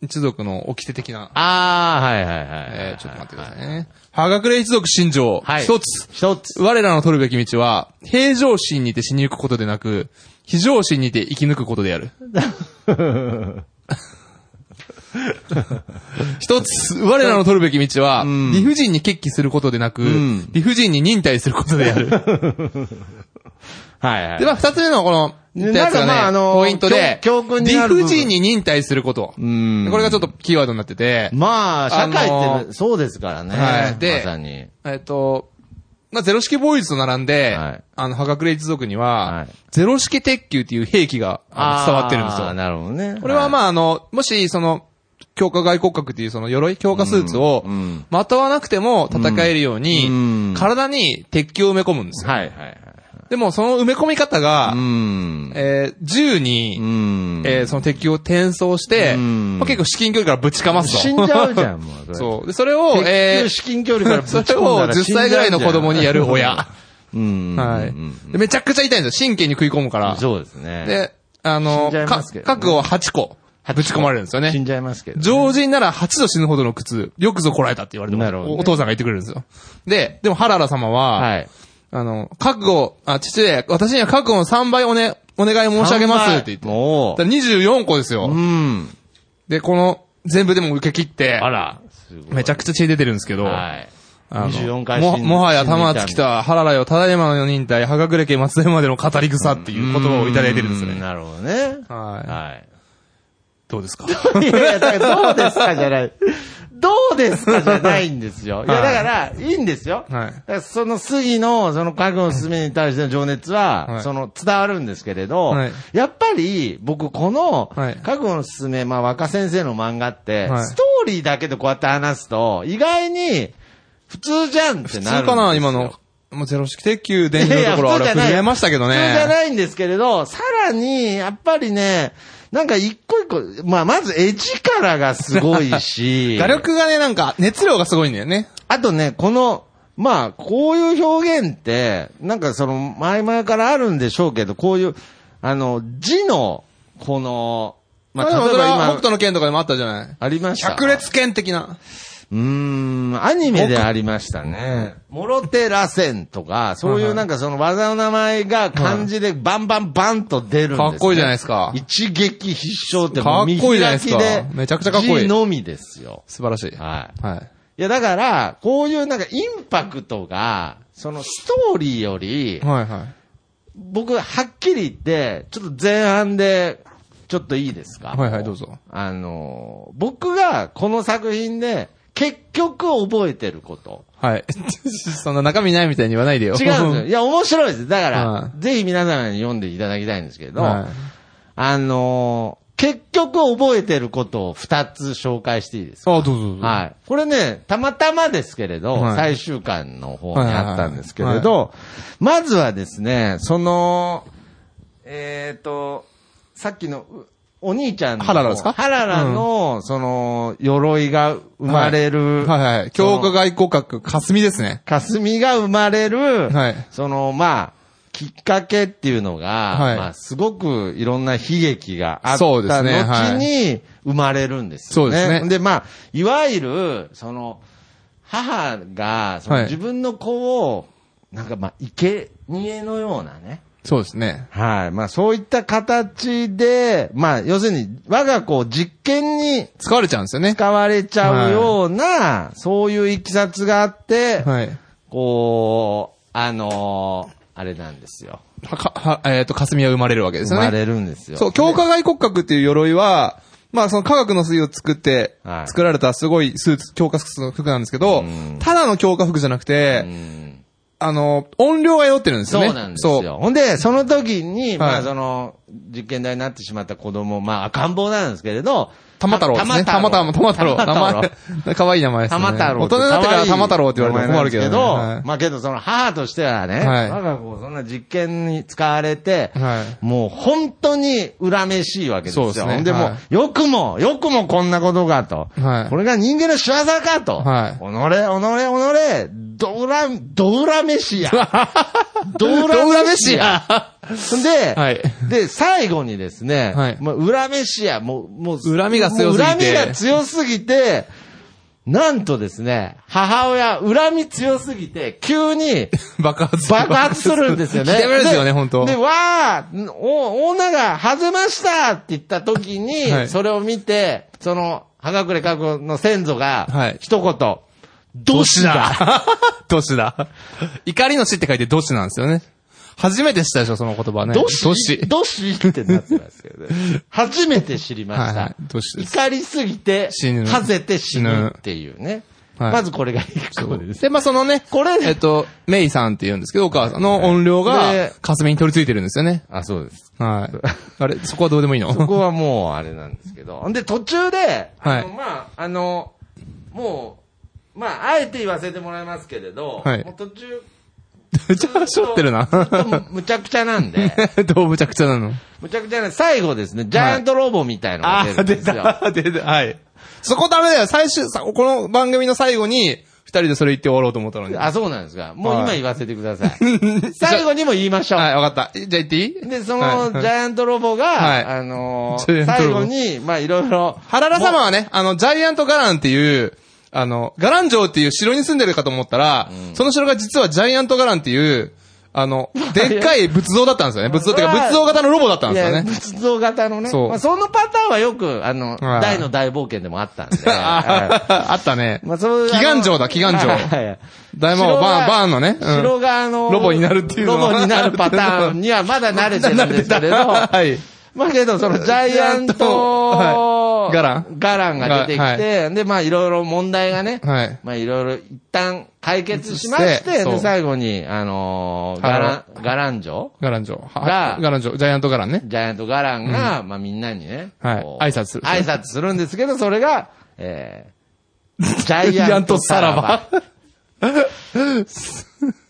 Speaker 2: 一族の掟的な。
Speaker 1: ああ、はいはいはいはい。
Speaker 2: えー、ちょっと待ってくださいね。はがくれ一族心情。
Speaker 1: はい
Speaker 2: 一つ。
Speaker 1: 一つ。
Speaker 2: 我らの取るべき道は、平常心にて死に行くことでなく、非常心にて生き抜くこと である。一つ、我らの取るべき道は、理不尽に決起することでなく、
Speaker 1: ん
Speaker 2: 理不尽に忍耐すること である。
Speaker 1: はいはい。
Speaker 2: で、まあ、二つ目のこの、言ったやつ
Speaker 1: な
Speaker 2: が
Speaker 1: んかまああ
Speaker 2: ね、
Speaker 1: の
Speaker 2: ポイントで、
Speaker 1: 教教訓に
Speaker 2: 理
Speaker 1: なる部分
Speaker 2: 不尽に忍耐すること。
Speaker 1: ん
Speaker 2: これがちょっとキーワードになってて、
Speaker 1: まあ、社会
Speaker 2: あ
Speaker 1: っ
Speaker 2: の
Speaker 1: てそうですからね。
Speaker 2: はいで
Speaker 1: まさに。
Speaker 2: えっと、まあ、ゼロ式ボーイズと並んで、
Speaker 1: はい
Speaker 2: あの、ハガクレ一族には、
Speaker 1: はい
Speaker 2: ゼロ式鉄球っていう兵器があの伝わってるんです
Speaker 1: あー
Speaker 2: よ。
Speaker 1: なるほどね。
Speaker 2: これは
Speaker 1: あ、
Speaker 2: まあ、あの、もし、その、強化外骨格っていうその鎧、強化スーツを
Speaker 1: うんうん、
Speaker 2: まとわなくても戦えるように、
Speaker 1: うん
Speaker 2: 体に鉄球を埋め込むんですよ。
Speaker 1: はいはいはい。
Speaker 2: でも、その埋め込み方が、
Speaker 1: うん。
Speaker 2: えー銃に、
Speaker 1: うん。
Speaker 2: えーその鉄球を転送して、
Speaker 1: うん
Speaker 2: まあ、結構至近距離からぶちかますと。
Speaker 1: 死んじゃうじゃん、もう。
Speaker 2: そう。で、それを、
Speaker 1: う
Speaker 2: え
Speaker 1: え
Speaker 2: ー
Speaker 1: 至近距離からぶち
Speaker 2: そ
Speaker 1: 込ん
Speaker 2: れを
Speaker 1: だら
Speaker 2: 10歳ぐらいの子供にやる親。
Speaker 1: 死んじゃう
Speaker 2: は
Speaker 1: じゃん。うん。
Speaker 2: い。でめちゃくちゃ痛いんですよ。神経に食い込むから。
Speaker 1: そうですね。
Speaker 2: で、あ
Speaker 1: 死ん
Speaker 2: の、
Speaker 1: じゃいま
Speaker 2: か
Speaker 1: すけどね
Speaker 2: 角を8個、ぶち込まれるんですよ
Speaker 1: 死ん
Speaker 2: ね。
Speaker 1: じゃいますけど。
Speaker 2: 常人なら8度死ぬほどの苦痛。よくぞこらえたって言われて
Speaker 1: なるほどね
Speaker 2: も、お父さんが言ってくれるんですよ。で、でも、ハララ様は、
Speaker 1: はい。
Speaker 2: あの、覚悟、あ、父上、私には覚悟の3倍おね、お願い申し上げますって言って。
Speaker 1: も
Speaker 2: だから24個です
Speaker 1: う。う
Speaker 2: よ。
Speaker 1: ん。
Speaker 2: で、この、全部でも受け切って、
Speaker 1: あら。すごい
Speaker 2: めちゃくちゃ血出てるんですけど、
Speaker 1: はい。
Speaker 2: あの
Speaker 1: 24回
Speaker 2: も、
Speaker 1: 死ん
Speaker 2: もはや
Speaker 1: 死
Speaker 2: 玉
Speaker 1: ん
Speaker 2: 尽
Speaker 1: でい
Speaker 2: き
Speaker 1: た
Speaker 2: た原来をただいまの忍耐、はがくれけ松江までの語り草っていう言葉をいただいてるんですよ
Speaker 1: う
Speaker 2: ね。
Speaker 1: なるほどね。
Speaker 2: はい
Speaker 1: はい。
Speaker 2: どうですか
Speaker 1: いやいや、だからどうですかじゃない。 どうですかじゃないんですよ。いや、だから、いいんですよ。
Speaker 2: はい
Speaker 1: だからその杉の、その家具の勧めに対しての情熱は、
Speaker 2: はい
Speaker 1: その、伝わるんですけれど、
Speaker 2: はい
Speaker 1: やっぱり、僕、この、
Speaker 2: はい
Speaker 1: 家具の勧め、まあ、若先生の漫画って、
Speaker 2: はい
Speaker 1: ストーリーだけでこうやって話すと、意外に、普通じゃんってなるん
Speaker 2: 普通
Speaker 1: ですよ。
Speaker 2: かな今の。もうゼロ式鉄球電
Speaker 1: い
Speaker 2: 流
Speaker 1: やい
Speaker 2: の
Speaker 1: や
Speaker 2: ところ、あ
Speaker 1: 普
Speaker 2: れ
Speaker 1: 通じゃない
Speaker 2: 崩れましたけどね。
Speaker 1: 普通じゃないんですけれど、さらに、やっぱりね、なんか一個一個、まあ、まず絵力がすごい し、
Speaker 2: 画力がね、なんか、熱量がすごいんだよね。
Speaker 1: あとね、この、まあ、こういう表現って、なんかその、前々からあるんでしょうけど、こういう、あの、字の、この、ま
Speaker 2: ま
Speaker 1: あ、
Speaker 2: あ、でも
Speaker 1: 例え
Speaker 2: それは北
Speaker 1: ば今、
Speaker 2: 斗の剣とかでもあったじゃない。
Speaker 1: ありました。
Speaker 2: 百裂剣的な。
Speaker 1: うーん、アニメでありましたね。モロテラセンとか、そうい
Speaker 2: はいう
Speaker 1: なんかその技の名前が漢字でバンバンバンと出るんです、ね
Speaker 2: かっこいいじゃないですか
Speaker 1: 一撃必勝って
Speaker 2: か
Speaker 1: も
Speaker 2: っ
Speaker 1: う見
Speaker 2: こいいじゃない
Speaker 1: 開
Speaker 2: で
Speaker 1: き
Speaker 2: すか
Speaker 1: で、
Speaker 2: めちゃくちゃかっこいい
Speaker 1: 字のみですよ。
Speaker 2: 素晴らしい。
Speaker 1: はい。
Speaker 2: はい。
Speaker 1: いや、だから、こういうなんかインパクトが、そのストーリーより、
Speaker 2: はいはい。
Speaker 1: 僕、はっきり言って、ちょっと前半で、ちょっといいですか
Speaker 2: はいはいどうぞ。
Speaker 1: あのー、僕がこの作品で、結局覚えてること。
Speaker 2: はい。 そんな中身ないみたいに言わないでよ。
Speaker 1: 違 うんですよ。いや、面白いです。だから、
Speaker 2: はい
Speaker 1: ぜひ皆様に読んでいただきたいんですけど、
Speaker 2: は
Speaker 1: あのー、結局覚えてることを二つ紹介していいですか
Speaker 2: い。あ、どうぞどうぞ。
Speaker 1: はい。これね、たまたまですけれど、
Speaker 2: はい
Speaker 1: 最終巻の方にあったんですけれど、まずはですね、その、えっ、と、さっきの、うお兄ちゃんの、
Speaker 2: ハララですか
Speaker 1: ハララの、その、鎧が生まれる、
Speaker 2: はいはい。強化外交閣、霞ですね。
Speaker 1: 霞が生まれる、
Speaker 2: はい
Speaker 1: その、まあ、きっかけっていうのが、
Speaker 2: はい
Speaker 1: まあ、すごくいろんな悲劇があった
Speaker 2: そ
Speaker 1: 後
Speaker 2: うですねはい
Speaker 1: に生まれるんですよね。
Speaker 2: そうですね
Speaker 1: で、まあ、いわゆる、その、母が、そ
Speaker 2: は
Speaker 1: の
Speaker 2: い
Speaker 1: 自分の子を、なんかまあ、生贄のようなね。
Speaker 2: そうですね。
Speaker 1: はい。まあ、そういった形で、まあ、要するに、我が子を実験に
Speaker 2: 使われちゃうんですよね。
Speaker 1: 使われちゃうような、そういういきさつがあって、
Speaker 2: はい。
Speaker 1: こう、あのーあれなんですよ。
Speaker 2: は、かは、えっと、霞は生まれるわけです
Speaker 1: 生
Speaker 2: よ
Speaker 1: ま
Speaker 2: ね。
Speaker 1: れるんですよ。
Speaker 2: そう、強化外骨格っていう鎧は、まあその科学の水を作って
Speaker 1: は、い
Speaker 2: 作られたすごいスーツ、強化服の服なんですけど
Speaker 1: うん、
Speaker 2: ただの強化服じゃなく
Speaker 1: う
Speaker 2: て、
Speaker 1: ん
Speaker 2: あの、音量が酔ってるんです
Speaker 1: そ
Speaker 2: よね。
Speaker 1: うなんですよ。ほんで、その時に、ま
Speaker 2: は
Speaker 1: あ、
Speaker 2: い
Speaker 1: その、実験台になってしまった子供、まあ、赤ん坊なんですけれど、
Speaker 2: 玉太郎ですね。玉
Speaker 1: 玉
Speaker 2: 太郎、玉太郎。
Speaker 1: 玉太郎
Speaker 2: 名前、かわいい名前ですね。
Speaker 1: 玉太郎。
Speaker 2: 大人になってから玉太郎って言われても困るけどね。
Speaker 1: 可愛い名前なんです
Speaker 2: はい
Speaker 1: まあけどその母としてはね、
Speaker 2: はい
Speaker 1: 我が子をそんな実験に使われて、
Speaker 2: はい
Speaker 1: もう本当に恨めしいわけですよ。
Speaker 2: そうですね
Speaker 1: ほんでもう、
Speaker 2: は
Speaker 1: よくも、よくもこんなことがと。
Speaker 2: はい
Speaker 1: これが人間の仕業かと。
Speaker 2: はい
Speaker 1: おのれ、おのれ、おのれ、ドラ、ドラ飯 や。ド
Speaker 2: 裏
Speaker 1: ラ飯
Speaker 2: 飯
Speaker 1: や。
Speaker 2: や
Speaker 1: で、
Speaker 2: はい
Speaker 1: で、最後にですね、
Speaker 2: はい
Speaker 1: まあ、恨めしや、もう、もう、
Speaker 2: 恨みが強すぎて
Speaker 1: もう恨みが強すぎて、なんとですね、母親、恨み強すぎて、急に
Speaker 2: 爆発
Speaker 1: 爆発するんですよね。
Speaker 2: ひどいですよね、本当
Speaker 1: で、わー、お、女が外ましたって言った時に、
Speaker 2: はい
Speaker 1: それを見て、その、はがくれかくの先祖
Speaker 2: は
Speaker 1: が
Speaker 2: い、
Speaker 1: 一言、どしだ
Speaker 2: どしだ。怒りの死って書いてどしなんですよね。初めて知ったでしょ、その言葉ね。
Speaker 1: ど
Speaker 2: ど
Speaker 1: し
Speaker 2: し。
Speaker 1: どしってなってますけどね。 初めて知りまし
Speaker 2: はいは
Speaker 1: た
Speaker 2: い。どしです
Speaker 1: 怒りすぎて、
Speaker 2: 死ぬ
Speaker 1: はぜて死
Speaker 2: 死
Speaker 1: ぬ
Speaker 2: ぬ
Speaker 1: っていうね。
Speaker 2: はい
Speaker 1: まずこれが一個です。
Speaker 2: で、まあ、そのね、
Speaker 1: これ
Speaker 2: えっと、メイさんって言うんですけど、お母さんの音量
Speaker 1: で
Speaker 2: が、霞に取り付いてるんですよね。
Speaker 1: あ、そうです。
Speaker 2: はい。あれ、そこはどうでもいいの
Speaker 1: ここはもう、あれなんですけど。 んで、途中で、
Speaker 2: は
Speaker 1: あ
Speaker 2: い
Speaker 1: のまあ、あの、もう、まあ、あえて言わせてもらいますけれど、
Speaker 2: はい
Speaker 1: もう途中、
Speaker 2: めちゃくちゃしょってる な。
Speaker 1: ずっとむちゃくちゃなん で、
Speaker 2: どうむちゃくちゃなの
Speaker 1: むちゃくちゃなんで、最後ですね、ジャイアントロボみたいな
Speaker 2: あ
Speaker 1: のが
Speaker 2: ー、
Speaker 1: 出るんで
Speaker 2: 出
Speaker 1: すよ。
Speaker 2: た、出た、はい。そこダメだよ。最終、さこの番組の最後に、二人でそれ言って終わろうと思ったのに。はい、
Speaker 1: あ、そうなんですか。もう今
Speaker 2: はい
Speaker 1: 言わせてくださ い。最後にも言いましょう。
Speaker 2: わかった。じゃあ言っていい
Speaker 1: で、そ
Speaker 2: はい
Speaker 1: の、ジャイアントロボが、
Speaker 2: はい
Speaker 1: あのー
Speaker 2: ジャイアント
Speaker 1: 最
Speaker 2: ロボ
Speaker 1: 後に、まあ、いろいろ、
Speaker 2: ハララ様はね、あの、ジャイアントガランっていう、あの、ガラン城っていう城に住んでるかと思ったら、その城が実はジャイアントガランっていう、あの、でっかい仏像だったんですよね。仏像っていうか、仏像型のロボだったん
Speaker 1: い
Speaker 2: ですよ
Speaker 1: や、
Speaker 2: ね。
Speaker 1: 仏像型のね、
Speaker 2: そう
Speaker 1: まあ、そのパターンはよく、あの、
Speaker 2: はい
Speaker 1: 大の大冒険でもあったん で、は
Speaker 2: ああったね。
Speaker 1: いまあ、そういう
Speaker 2: 祈願城だ祈願城
Speaker 1: はい
Speaker 2: 大魔王
Speaker 1: 城が
Speaker 2: バーン、バーンのね。うん
Speaker 1: 城があの、
Speaker 2: ロボになるっていう
Speaker 1: ロ
Speaker 2: のは
Speaker 1: ボになるパターンに はまだ慣れてるんですけれど、
Speaker 2: はい。
Speaker 1: まあけど、そのジャイアント、
Speaker 2: はガラン
Speaker 1: ガランが出てきて、で、まあいろいろ問題がね、
Speaker 2: はい。
Speaker 1: まあいろいろ一旦解決しまして、
Speaker 2: そう
Speaker 1: で、最後に、あのーガラン、ガラン嬢
Speaker 2: ガランジョ。
Speaker 1: が
Speaker 2: はガランジョ。ジャイアントガランね。
Speaker 1: ジャイアントガランが、まあみんなにね、
Speaker 2: はい
Speaker 1: こう
Speaker 2: 挨拶する
Speaker 1: 挨拶するんですけど、それ が、えー、ジャ
Speaker 2: ジャ
Speaker 1: イ
Speaker 2: イ
Speaker 1: ア
Speaker 2: ア
Speaker 1: ン
Speaker 2: ン
Speaker 1: ト
Speaker 2: ト
Speaker 1: さ
Speaker 2: さ
Speaker 1: ら
Speaker 2: ら
Speaker 1: ば
Speaker 2: ば。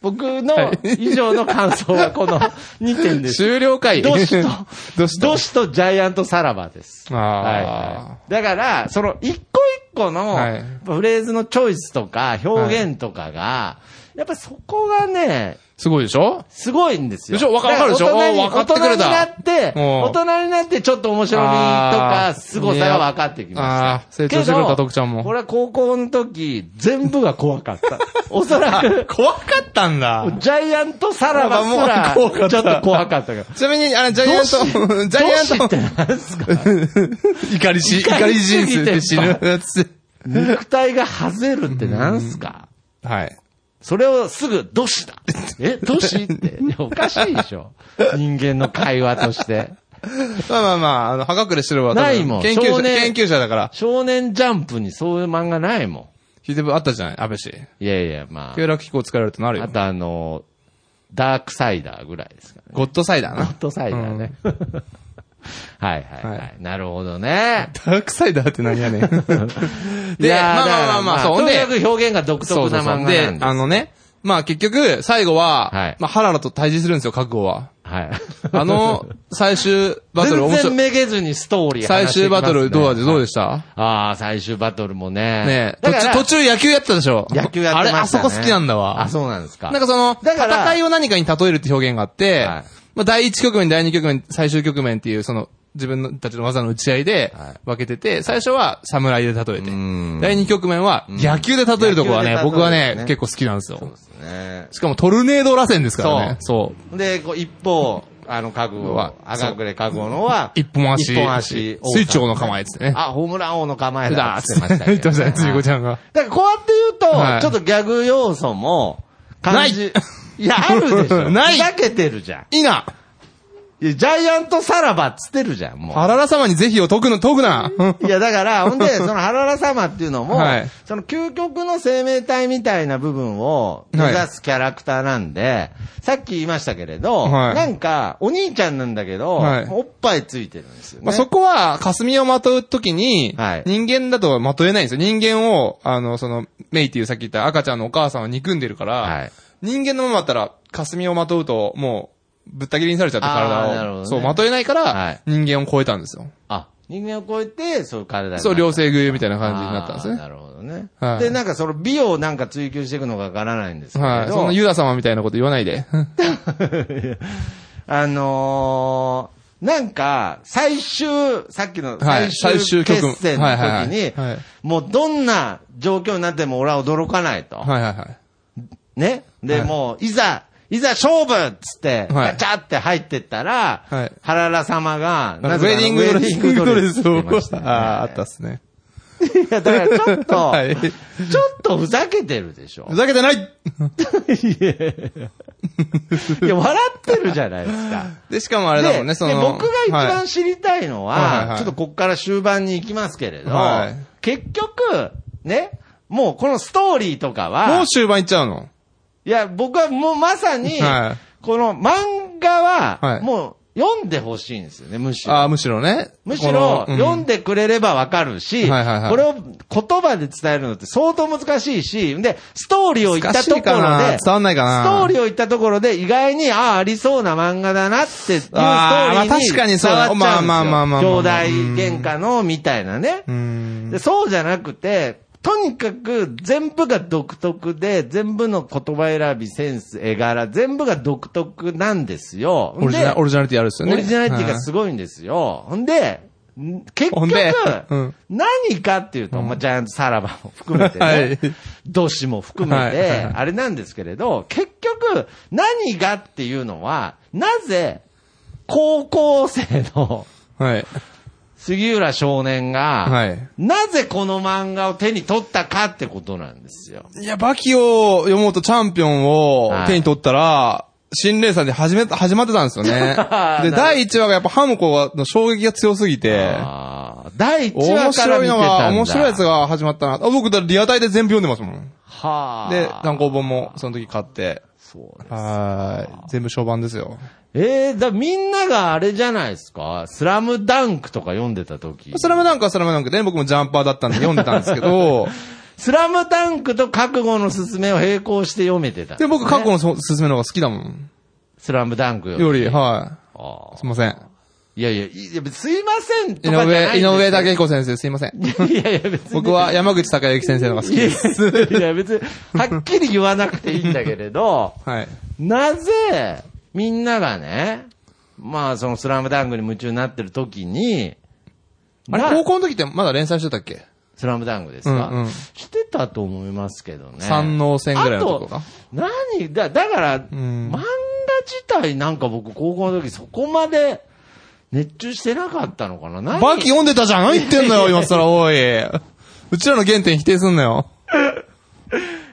Speaker 1: 僕の以上の感想は この2点です。
Speaker 2: 終了会。
Speaker 1: どしと
Speaker 2: どし
Speaker 1: ど
Speaker 2: と。
Speaker 1: しとジャイアントさらばです。
Speaker 2: あー
Speaker 1: はいはいだから、その一個一個の
Speaker 2: はい
Speaker 1: フレーズのチョイスとか表現とかが、やっぱそこがね、
Speaker 2: すごいでしょ
Speaker 1: すごいんですよ。
Speaker 2: でしょわかわかるでしょ
Speaker 1: だら大人に
Speaker 2: おーわかってくれた
Speaker 1: 大人になって、
Speaker 2: うん
Speaker 1: 大人になってちょっと面白みと
Speaker 2: あ
Speaker 1: か
Speaker 2: ー
Speaker 1: 凄さが分かってきました。
Speaker 2: あー成長してくれた
Speaker 1: けど
Speaker 2: 徳ちゃんも
Speaker 1: 俺は高校の時、全部が怖かった。 おそら く、
Speaker 2: 怖かったんだ
Speaker 1: ジャイアントさらばすら、
Speaker 2: あもう怖かった
Speaker 1: ちょっと怖かったから。
Speaker 2: ちなみに、あの、ジャイ
Speaker 1: ど
Speaker 2: ア
Speaker 1: うし
Speaker 2: ント、 ジャ
Speaker 1: ど
Speaker 2: イアン
Speaker 1: うしっ
Speaker 2: ト
Speaker 1: て、なんですか
Speaker 2: 怒りし、
Speaker 1: 怒
Speaker 2: 怒
Speaker 1: り
Speaker 2: り
Speaker 1: しす
Speaker 2: 人生
Speaker 1: ぎ
Speaker 2: ってて死ぬやつ。
Speaker 1: 肉体が外れるってなんすか
Speaker 2: はい。
Speaker 1: それをすぐ、どしだえ、どしって。いやおかしいでしょ。人間の会話として。
Speaker 2: まあまあまあ、あの、歯隠れしてるわ。
Speaker 1: ないもん
Speaker 2: 研究
Speaker 1: 少
Speaker 2: 者、
Speaker 1: 年
Speaker 2: 研究者だから。
Speaker 1: 少年ジャンプにそういう漫画ないも
Speaker 2: 聞いてあったじゃない安倍氏。
Speaker 1: ん。いやいや、ま
Speaker 2: 協力機構使われるとなる
Speaker 1: あ。あ
Speaker 2: よ。
Speaker 1: とあの、ダークサイダーぐらいですかね。
Speaker 2: ゴッドサイダー
Speaker 1: ホ
Speaker 2: な
Speaker 1: ッ。トサイダーね。はいはいは。
Speaker 2: はい
Speaker 1: なるほどね。
Speaker 2: ダークサイダーって何やねん。 で、
Speaker 1: いやー
Speaker 2: まあまあまあまあ、そう。
Speaker 1: と
Speaker 2: ほん
Speaker 1: に
Speaker 2: で
Speaker 1: か、く表現が独
Speaker 2: そう
Speaker 1: 特な
Speaker 2: そうそ
Speaker 1: 漫画な
Speaker 2: う。
Speaker 1: ん
Speaker 2: で、
Speaker 1: です。
Speaker 2: あのね、まあ結局、最後は、
Speaker 1: はい
Speaker 2: まあ、ハララと対峙するんですよ、覚悟は。
Speaker 1: はい。
Speaker 2: あの、最終バトル
Speaker 1: 全
Speaker 2: 面
Speaker 1: 然
Speaker 2: 白い。
Speaker 1: めげずにストーリー
Speaker 2: 最終バトルどうだ
Speaker 1: で
Speaker 2: どうでした
Speaker 1: ああ、最終バトルもね。
Speaker 2: ねえ。
Speaker 1: だ
Speaker 2: 途
Speaker 1: から
Speaker 2: 中、途中野球やってたでしょ
Speaker 1: 野球やってま
Speaker 2: あ
Speaker 1: した
Speaker 2: れ、
Speaker 1: ね
Speaker 2: あそこ好きなんだわ
Speaker 1: あ、。そうなんですか。
Speaker 2: なんかその、
Speaker 1: だから
Speaker 2: 戦いを何かに例えるって表現があっ
Speaker 1: は
Speaker 2: て、
Speaker 1: い
Speaker 2: まあ第1局面、第2局面、最終局面っていう、その、自分のたちの技の打ち合いで
Speaker 1: はい
Speaker 2: 分けてて、最初は侍で例えて、
Speaker 1: ん
Speaker 2: 第2局面は野球で例えるとこは
Speaker 1: 野球で例える
Speaker 2: ね、
Speaker 1: ね
Speaker 2: 僕はね、結構好きなんですよ。
Speaker 1: ね
Speaker 2: しかもトルネード螺旋ですからね。そう。
Speaker 1: で、こう一方、あの、覚悟は
Speaker 2: は、
Speaker 1: 赤隠れ覚悟のは、
Speaker 2: 一本
Speaker 1: 一
Speaker 2: 足。
Speaker 1: 本足。
Speaker 2: 水長の構えですね。
Speaker 1: あ、ホームラン王の構え
Speaker 2: ふ
Speaker 1: だ
Speaker 2: だ
Speaker 1: っ
Speaker 2: ー
Speaker 1: て言ってました
Speaker 2: 言ってましたね、
Speaker 1: けど
Speaker 2: つゆこちゃんが。
Speaker 1: だからこうやって言うと、
Speaker 2: はい
Speaker 1: ちょっとギャグ要素も、感じ、
Speaker 2: ない
Speaker 1: いや、あるで しょ。
Speaker 2: ない
Speaker 1: ふざけてるじゃん。
Speaker 2: いいな
Speaker 1: いや、ジャイアントさらばっつってるじゃん、もう。
Speaker 2: あらら様に是非を解くの、解くな
Speaker 1: いや、だから、ほんで、 その、ハララ様っていうのも、
Speaker 2: はい
Speaker 1: その、究極の生命体みたいな部分を目指すキャラクターなんで、さっき言いましたけれど、
Speaker 2: はい
Speaker 1: なんか、お兄ちゃんなんだけど、
Speaker 2: はい
Speaker 1: おっぱいついてるんですよね。
Speaker 2: まあ、そこは、霞をまとうときに
Speaker 1: はい、
Speaker 2: 人間だとまとえないんですよ。人間を、あの、その、メイっていうさっき言った赤ちゃんのお母さんを憎んでるから、
Speaker 1: はい
Speaker 2: 人間のままだったら、霞をまとうと、もう、ぶった切りにされちゃって
Speaker 1: あーなる
Speaker 2: 体
Speaker 1: ほど
Speaker 2: を、
Speaker 1: ね
Speaker 2: そう、まとえないから、
Speaker 1: はい
Speaker 2: 人間を超えたんですよ。
Speaker 1: あ、人間を超えて、そういう体になった
Speaker 2: そう、両性具有みたいな感じになったんです
Speaker 1: あー
Speaker 2: ね。
Speaker 1: なるほどね。
Speaker 2: はい
Speaker 1: で、なんかその美をなんか追求していくのかわからないんですけれど、
Speaker 2: はい。そんなユダ様みたいなこと言わな いで。
Speaker 1: あのー、なんか、最終、さっきの
Speaker 2: は
Speaker 1: 最
Speaker 2: い
Speaker 1: 終
Speaker 2: 最終局
Speaker 1: 決戦の
Speaker 2: はいはいは
Speaker 1: 時
Speaker 2: い
Speaker 1: に
Speaker 2: はい、
Speaker 1: もうどんな状況になっても俺は驚かないと。
Speaker 2: はいはいはい。
Speaker 1: ね。で、
Speaker 2: はい
Speaker 1: もう、いざ、いざ勝負っつって、
Speaker 2: はい
Speaker 1: ガチャって入ってったら、
Speaker 2: はい
Speaker 1: ハララ様が、
Speaker 2: ウェ
Speaker 1: なぜか
Speaker 2: ディングドレ
Speaker 1: ウェ
Speaker 2: ス。
Speaker 1: ディングドレス着て
Speaker 2: ウェディングド
Speaker 1: ま
Speaker 2: レ
Speaker 1: し
Speaker 2: ス
Speaker 1: た
Speaker 2: を
Speaker 1: ね
Speaker 2: ああ、あったっすね。
Speaker 1: いや、だからちょっと、
Speaker 2: はい。
Speaker 1: ち
Speaker 2: ふ
Speaker 1: ょっとふざけてるでしょ。
Speaker 2: ざけてない
Speaker 1: いや、笑ってるじゃないですか。
Speaker 2: で、しかもあれだもん
Speaker 1: で
Speaker 2: ね、その。
Speaker 1: で僕が一
Speaker 2: は
Speaker 1: 番
Speaker 2: い
Speaker 1: 知りたいのは、
Speaker 2: はいはいはい
Speaker 1: ちょっとこっから終盤に行きますけれど、
Speaker 2: はい
Speaker 1: 結局、ね、もうこのストーリーとかは、
Speaker 2: もう終盤いっちゃうの
Speaker 1: いや、僕はもうまさに、
Speaker 2: はい
Speaker 1: この漫画
Speaker 2: は
Speaker 1: は、
Speaker 2: い
Speaker 1: もう読んでほしいんですよね、むしろ。
Speaker 2: ああ、むしろね。
Speaker 1: むしろ、
Speaker 2: このうん
Speaker 1: 読んでくれればわかるし、
Speaker 2: はいはいはい
Speaker 1: これを言葉で伝えるのって相当難しいし、で、ストーリーを言ったところで、
Speaker 2: 難しいかな伝わんないかな
Speaker 1: ストーリーを言ったところで、意外に、ああ、ありそうな漫画だなっていうストーリー
Speaker 2: あー
Speaker 1: に
Speaker 2: まあ確かにそう
Speaker 1: 伝わっちゃうんですよ。
Speaker 2: まあまあまあまあまあまあ
Speaker 1: 兄弟喧嘩の、みたいなね。
Speaker 2: うーん。
Speaker 1: でそうじゃなくて、とにかく全部が独特で、全部の言葉選び、センス、絵柄、全部が独特なんですよ。
Speaker 2: オリジ
Speaker 1: で
Speaker 2: ナオリジナリティあるっすよね。
Speaker 1: オリジナリティ
Speaker 2: は
Speaker 1: が
Speaker 2: い
Speaker 1: すごいんですよ。ほんで、ん結
Speaker 2: ほ
Speaker 1: 局
Speaker 2: んでうん、
Speaker 1: 何かっていうと、まあ、ジャイアントサラバも含めて
Speaker 2: は
Speaker 1: ね
Speaker 2: い、
Speaker 1: ドシも含め
Speaker 2: はいはい
Speaker 1: て、あれなんですけれど、結局、何がっていうのは、なぜ、高校生 の
Speaker 2: はい。
Speaker 1: 杉浦少年
Speaker 2: は
Speaker 1: が、
Speaker 2: い。
Speaker 1: なぜこの漫画を手に取ったかってことなんですよ。
Speaker 2: いや、バキを読もうとチャンピオンを手に取ったら、心霊さんで始め、 始まってたんですよね
Speaker 1: なるほ。
Speaker 2: で、
Speaker 1: ど
Speaker 2: 第1話がやっぱハムコの衝撃が強すぎて、
Speaker 1: あー第1
Speaker 2: 面
Speaker 1: 話から
Speaker 2: 白
Speaker 1: 見
Speaker 2: い
Speaker 1: てた
Speaker 2: の
Speaker 1: んだ。
Speaker 2: が、面白いやつが始まったな。あ僕、だからリアタイで全部読んでますもん。
Speaker 1: はあ。
Speaker 2: で、単行本もその時買って。
Speaker 1: そうです。
Speaker 2: はい。全部小版ですよ。
Speaker 1: えー、だみんながあれじゃないですかスラムダンクとか読んでた時。
Speaker 2: スラムダンクはスラムダンクで、僕もジャンパーだったんで読んでたんですけ ど、
Speaker 1: スラムダンクと覚悟のすすめを並行して読めてたんす
Speaker 2: で、
Speaker 1: ね、
Speaker 2: 僕、過去のそすすめの方が好きだもん。
Speaker 1: スラムダンクより。
Speaker 2: より、は
Speaker 1: ああ
Speaker 2: い。すいません。
Speaker 1: いやいや、いや別にすいません
Speaker 2: 井
Speaker 1: とかじゃな
Speaker 2: 上、
Speaker 1: い
Speaker 2: 井
Speaker 1: ん
Speaker 2: 上
Speaker 1: です
Speaker 2: 武彦先生、すいません。
Speaker 1: よ。 いやいや、別に。
Speaker 2: 僕は山口孝之先生の方が好
Speaker 1: い
Speaker 2: き
Speaker 1: や
Speaker 2: で
Speaker 1: い
Speaker 2: す。
Speaker 1: や、いや別に、はっきり言わなくていいんだけれど、
Speaker 2: はい。
Speaker 1: なぜ、みんながね、まあ、そのスラムダンクに夢中になってる時に、
Speaker 2: あれ、
Speaker 1: な
Speaker 2: 高校の時ってまだ連載してたっけ
Speaker 1: スラムダンクですか、
Speaker 2: うんうん
Speaker 1: してたと思いますけどね。
Speaker 2: 三能線ぐらいのとこか。
Speaker 1: 何だ、だから、
Speaker 2: ん
Speaker 1: 漫画自体なんか僕高校の時そこまで熱中してなかったのかな何
Speaker 2: バキ読んでたじゃん何言ってんだよ、今更、おい。うちらの原点否定すんなよ。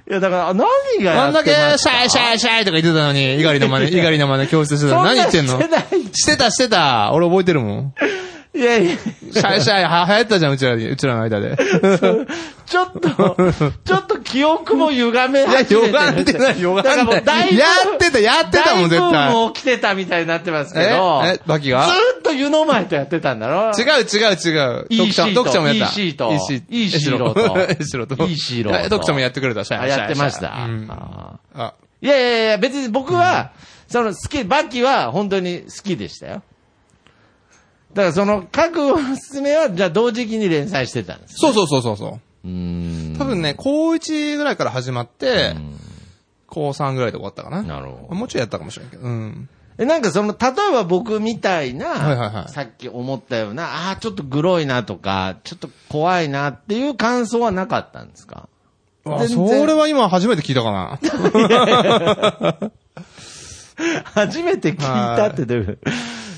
Speaker 1: いや、だから何が
Speaker 2: あ
Speaker 1: や
Speaker 2: ん
Speaker 1: っ
Speaker 2: だ
Speaker 1: て
Speaker 2: け、
Speaker 1: ます
Speaker 2: シャイシャイシャイとか言ってたのに、猪狩の真似、猪狩の真似教室してたの。何言ってんの
Speaker 1: そんなしてない
Speaker 2: してた、してた。俺覚えてるもん。
Speaker 1: いやいや、
Speaker 2: シャイシャイ、は流行ったじゃん、うちらに、うちらの 間で。
Speaker 1: ちょっ と、ちょっと記憶も歪め
Speaker 2: いや、
Speaker 1: 始め
Speaker 2: よ
Speaker 1: てる
Speaker 2: がんでない、よがんで
Speaker 1: だからもう
Speaker 2: な
Speaker 1: だい
Speaker 2: い。
Speaker 1: ぶ
Speaker 2: やってた、やってたもん、絶
Speaker 1: 大ブー
Speaker 2: 対。
Speaker 1: ム起きてたみたいになってますけど、
Speaker 2: ええバキが
Speaker 1: ずーっと湯の前とやってたんだろ
Speaker 2: 違う違う違う。
Speaker 1: いいシート
Speaker 2: 読者もやった。
Speaker 1: いいシートいいシート
Speaker 2: いいシート。
Speaker 1: いいシート
Speaker 2: はい読者もやってくれた、シャイ
Speaker 1: あ
Speaker 2: シャイ
Speaker 1: やってまし
Speaker 2: シ
Speaker 1: た。
Speaker 2: ャイうん
Speaker 1: あー
Speaker 2: あ、
Speaker 1: いやいやいや、別に僕は、その好き、バキは本当に好きでしたよ。だからその、覚悟のすすめは、じゃあ同時期に連載してたんです。
Speaker 2: そうそうそうそうそう
Speaker 1: ー
Speaker 2: う。
Speaker 1: ん。
Speaker 2: 多分ね、高1ぐらいから始まって、高3ぐらいで終わったかな。
Speaker 1: なるほど
Speaker 2: もうちょいやったかもしれんけど。うん。
Speaker 1: え、なんかその、例えば僕みたいな、
Speaker 2: はいはいはい
Speaker 1: さっき思ったような、ああ、ちょっとグロいなとか、ちょっと怖いなっていう感想はなかったんですか
Speaker 2: あ
Speaker 1: 全然
Speaker 2: それは今初めて聞いたかな。
Speaker 1: 初めて聞いたってどういう、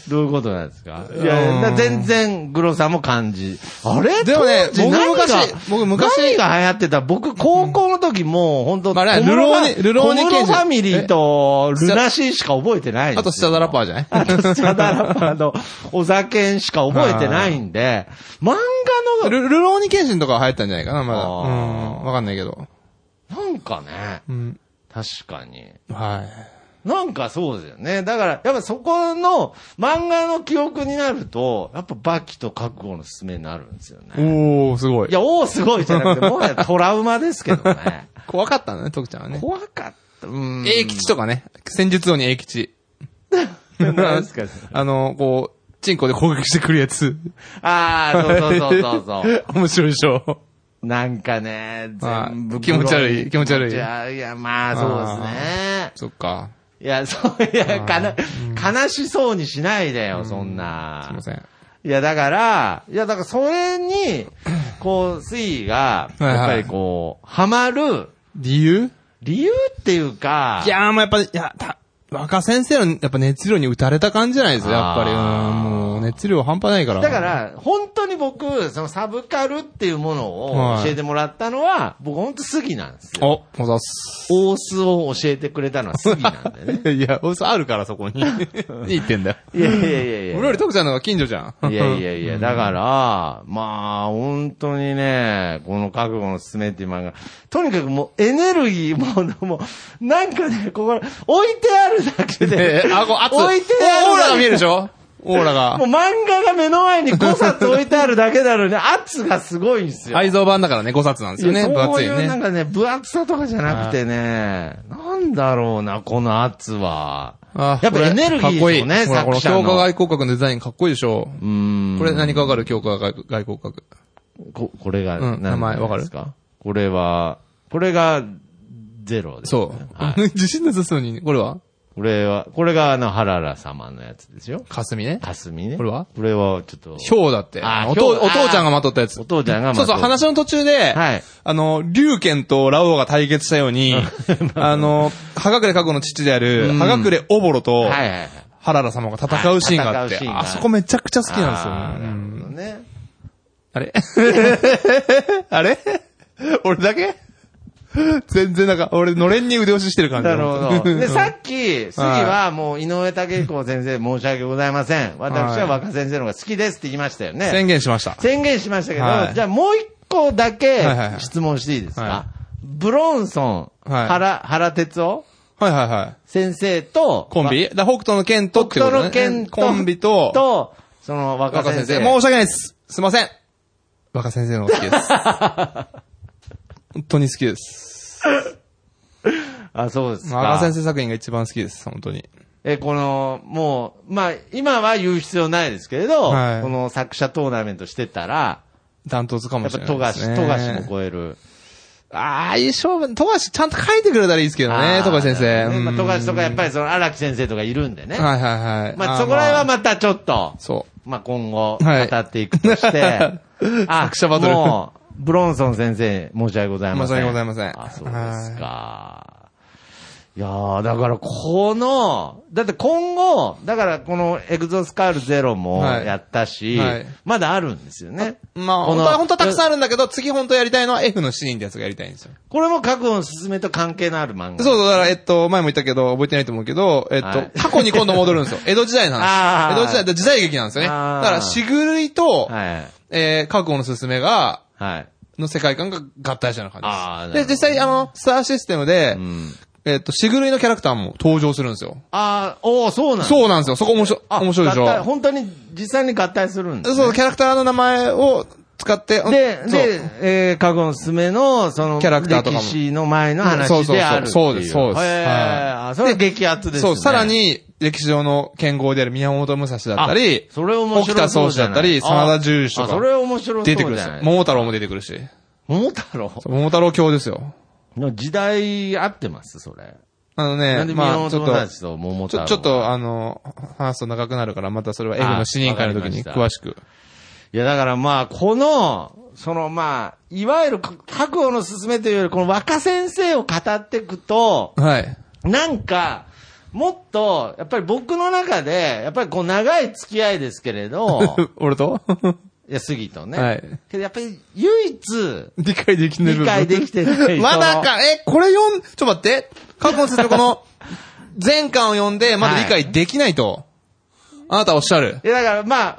Speaker 1: どういうことなんですかいや、
Speaker 2: うん
Speaker 1: だから全然グロさも感じ。あれ
Speaker 2: でもね
Speaker 1: 当時何が
Speaker 2: 僕昔僕昔
Speaker 1: 何が流行ってた僕、高校の時もう、本当
Speaker 2: まああれルローニルローニケンジ
Speaker 1: ファミリーと、ルナシーしか覚えてないんですよ
Speaker 2: あと、下だらパーじゃない
Speaker 1: あ と、スタダラパーの、お酒しか覚えてないんで、漫画の、
Speaker 2: ルルローニケンシンとかは流行ったんじゃないかな、まだ。
Speaker 1: あ
Speaker 2: う
Speaker 1: ー
Speaker 2: ん。わかんないけど。
Speaker 1: なんかね、
Speaker 2: うん。
Speaker 1: 確かに。
Speaker 2: はい。
Speaker 1: なんかそうですよね。だから、やっぱそこの漫画の記憶になると、やっぱバキと覚悟のすすめになるんですよね。
Speaker 2: おー、すごい
Speaker 1: い。や、おーすごいじゃなくて、もはやトラウマですけどね。
Speaker 2: 怖かったんだね、徳ちゃんはね。
Speaker 1: 怖かった。うん。
Speaker 2: 英吉とかね。戦術王に英吉。
Speaker 1: 何ですか
Speaker 2: あの、こう、チンコで攻撃してくるやつ。
Speaker 1: ああ、そうそうそうそうそう。
Speaker 2: 面白いでしょ。
Speaker 1: なんかね、
Speaker 2: はい
Speaker 1: 全部
Speaker 2: 気持ち悪い気持ち悪い
Speaker 1: いや、いや、まあそうですね。
Speaker 2: そっか。
Speaker 1: いや、そう、いや、かな、悲しそうにしないでよ、そんな。
Speaker 2: すいません。
Speaker 1: いや、だから、いや、だから、それ に、こう、推移が、
Speaker 2: はいはい
Speaker 1: やっぱりこう、ハマる
Speaker 2: 理由
Speaker 1: 理由っていうか、
Speaker 2: いやーもうやっぱ、いや、た、若先生のやっぱ熱量に打たれた感じじゃないですか、やっぱり。う
Speaker 1: あー
Speaker 2: ん、もう熱量半端ないから。
Speaker 1: だか、ら、本当に僕、そのサブカルっていうもの
Speaker 2: は
Speaker 1: を
Speaker 2: い
Speaker 1: 教えてもらったのは、僕本当杉なんですよ。
Speaker 2: お、おざっす。
Speaker 1: 大須を教えてくれたのは杉なん でね。
Speaker 2: いやいや、嘘あるからそ こに。何言ってん だよ。
Speaker 1: いやいやいやいや。
Speaker 2: 俺より徳ちゃんの方が近所じゃん。
Speaker 1: いやいやいや、だから、まあ、本当にね、この覚悟のすすめっていう漫画、とにかくもうエネルギーも、もう、なんかね、ここ、置いてあるだけで
Speaker 2: え、ーあ、こう、熱
Speaker 1: 置いてあるだけ
Speaker 2: オーラが見えるでしょオーラが
Speaker 1: もう。漫画が目の前に5冊置いてあるだけなの に、圧がすごいんですよ。
Speaker 2: 愛蔵版だからね、5冊なんですよね。
Speaker 1: いや
Speaker 2: 分厚い
Speaker 1: そ
Speaker 2: よ
Speaker 1: ういう
Speaker 2: ね
Speaker 1: な。んかね、分厚さとかじゃなくてね、なんだろうな、この圧は。
Speaker 2: あ
Speaker 1: やっぱエネルギーでしょうね
Speaker 2: これかっこいいほらこの
Speaker 1: 作者の
Speaker 2: 強化外交角のデザインかっこいいでしょ
Speaker 1: うーん。
Speaker 2: これ何かわかる強化外交角。
Speaker 1: こ、これが、
Speaker 2: うん名前わかる
Speaker 1: かこれは、これが、ゼロです、ね。
Speaker 2: そ。
Speaker 1: はいう
Speaker 2: 自信なさそうに、これは
Speaker 1: これは、これがあの、ハララ様のやつですよ。
Speaker 2: 霞ね。
Speaker 1: 霞ね。
Speaker 2: これは
Speaker 1: これは、ちょっと、
Speaker 2: ひょうだって。
Speaker 1: あ
Speaker 2: お父
Speaker 1: ひょう
Speaker 2: お父ちゃんがまとったやつ
Speaker 1: お。父ちゃんが
Speaker 2: そうそう、話の途中で、
Speaker 1: はい
Speaker 2: あの、龍拳とラオウが対決したよう に、あの、はがくれ過去の父である、はがくれおぼろと、
Speaker 1: はいはいはい。
Speaker 2: ハララ様が戦うシーンがあっ
Speaker 1: はい戦うシー
Speaker 2: て、
Speaker 1: ンが
Speaker 2: あそこめちゃくちゃ好きなん
Speaker 1: あ
Speaker 2: ですよね。うん
Speaker 1: ーなるほどね。
Speaker 2: あれあれ俺だけ全然なんか、俺、のれんに腕押ししてる 感じ。
Speaker 1: なるほど。で、さ
Speaker 2: っ
Speaker 1: っき、次はもう井上武彦先生申し訳ございません。私は若先生の方が好きですって言いましたよね。
Speaker 2: 宣言しました。
Speaker 1: 宣言しましたけど、
Speaker 2: はい
Speaker 1: じゃあもう一個だけ
Speaker 2: はいはいはい
Speaker 1: 質問していいですか、
Speaker 2: は
Speaker 1: ブロンソン、
Speaker 2: はい
Speaker 1: 原、原哲夫
Speaker 2: はいはいはい。
Speaker 1: 先生と、
Speaker 2: コンビだ北斗の剣とって
Speaker 1: 北
Speaker 2: こ
Speaker 1: 斗
Speaker 2: と
Speaker 1: の
Speaker 2: ね。
Speaker 1: 剣と、
Speaker 2: コンビと、
Speaker 1: と、その若
Speaker 2: 若
Speaker 1: 先
Speaker 2: 先
Speaker 1: 生。
Speaker 2: 生。申し訳ないです。すいません。若先生の方が好きです。 本当に好きです。
Speaker 1: あ、そうですか。
Speaker 2: 若先生作品が一番好きです、本当に。
Speaker 1: え、この、もう、まあ、今は言う必要ないですけれど、
Speaker 2: はい
Speaker 1: この作者トーナメントしてたら、
Speaker 2: ダントツか
Speaker 1: や
Speaker 2: も
Speaker 1: っ
Speaker 2: し
Speaker 1: ぱ
Speaker 2: れない
Speaker 1: 富
Speaker 2: です、
Speaker 1: 樫、
Speaker 2: ね。
Speaker 1: 富樫も超える。
Speaker 2: ああ、いい勝負。富樫ちゃんと書いてくれたらいいですけどね、
Speaker 1: あー
Speaker 2: 富樫先生。
Speaker 1: ねまあ
Speaker 2: うん
Speaker 1: 富樫とかやっぱりその荒木先生とかいるんでね。
Speaker 2: はいはいはい。
Speaker 1: まあ、そこら辺は
Speaker 2: まあ
Speaker 1: またちょっと。
Speaker 2: そ
Speaker 1: まあ、今後、
Speaker 2: はい
Speaker 1: 語っていくとして、 あ
Speaker 2: 作者バトル
Speaker 1: もう、ブロンソン先生、申し訳ございません。
Speaker 2: 申し訳ございません
Speaker 1: あ、そうですか。いやー、だからこの、だって今後、だからこのエグゾスカールゼロも
Speaker 2: はい
Speaker 1: やったし、
Speaker 2: はい
Speaker 1: まだあるんですよね。
Speaker 2: う。ま
Speaker 1: こ
Speaker 2: あ、本
Speaker 1: の
Speaker 2: 当は、本当はたくさんあるんだけど、次本当やりたいのは F のシーンってやつがやりたいんですよ。
Speaker 1: これも覚悟の進めと関係のある漫画。
Speaker 2: そう
Speaker 1: う。
Speaker 2: そう、だから、えっと、前も言ったけど、覚えてないと思うけど、えっと、
Speaker 1: はい
Speaker 2: 過去に今度戻 るんですよ。江戸時代の
Speaker 1: あー
Speaker 2: 話。江戸時代、時代劇なんですよね。だ
Speaker 1: あー
Speaker 2: から、しぐるいと、
Speaker 1: はい。
Speaker 2: えー、覚悟のすすめが、
Speaker 1: はい。
Speaker 2: の世界観が合体したような
Speaker 1: あーな
Speaker 2: 感
Speaker 1: る
Speaker 2: じ
Speaker 1: ほ
Speaker 2: で
Speaker 1: ど
Speaker 2: す。で、実際、あの、スターシステムで、
Speaker 1: うん。
Speaker 2: えっと、しぐるいのキャラクターも登場するんですよ。
Speaker 1: あー、おー、そうなんだ
Speaker 2: そうなんですよ。そこ面白い、
Speaker 1: あ
Speaker 2: 面白いでし
Speaker 1: 合体
Speaker 2: ょ。
Speaker 1: 本当に実際に合体するんです、ね。
Speaker 2: そう、キャラクターの名前を使って、うん
Speaker 1: で、
Speaker 2: そう
Speaker 1: で、えー、過去のすすめの、その、
Speaker 2: キャラクターとかも
Speaker 1: 歴史の前の
Speaker 2: そう
Speaker 1: 話
Speaker 2: そうそう
Speaker 1: であるってい
Speaker 2: そうですそうです
Speaker 1: へー
Speaker 2: は
Speaker 1: あそれは激アツですね。
Speaker 2: そう、さら、に、歴史上の剣豪である宮本武蔵だったり、
Speaker 1: それ面白
Speaker 2: 沖田
Speaker 1: そ
Speaker 2: 総
Speaker 1: う
Speaker 2: 司
Speaker 1: じゃ
Speaker 2: だ
Speaker 1: ない
Speaker 2: ったり、真田重視と
Speaker 1: あそ
Speaker 2: か、
Speaker 1: れ面白そうじ
Speaker 2: 出
Speaker 1: ゃ
Speaker 2: て
Speaker 1: な
Speaker 2: く
Speaker 1: い
Speaker 2: るんですよ。桃太郎も出てくるし。
Speaker 1: 桃太郎
Speaker 2: そう桃太郎教ですよ。
Speaker 1: の時代合ってますそれ。
Speaker 2: あの
Speaker 1: な
Speaker 2: ね
Speaker 1: んで、宮
Speaker 2: ま
Speaker 1: 本
Speaker 2: あちょっ
Speaker 1: 友
Speaker 2: と、
Speaker 1: 達と桃
Speaker 2: ち
Speaker 1: 太
Speaker 2: ょ、
Speaker 1: 郎。
Speaker 2: ちょっ。と、あの、話すと長くなるから、またそれは F の死人会の時
Speaker 1: あ
Speaker 2: に
Speaker 1: わかり
Speaker 2: 詳
Speaker 1: ま
Speaker 2: しく。
Speaker 1: いや、だからまあ、この、そのまあ、いわゆる覚悟の進めというより、この若先生を語っていくと、
Speaker 2: はい。
Speaker 1: なんか、もっと、やっぱり僕の中で、やっぱりこう長い付き合いですけれど、
Speaker 2: 俺と
Speaker 1: いや、杉と ね。
Speaker 2: はい
Speaker 1: けどやっぱり唯一、
Speaker 2: 理解できない部
Speaker 1: 理
Speaker 2: 分。
Speaker 1: 解できてない
Speaker 2: まだか、え、これ読ん、ちょっと待って。過去の説明この、 前巻を読んで、まだ理解できないと。あなたおっしゃる。
Speaker 1: いや、だからまあ、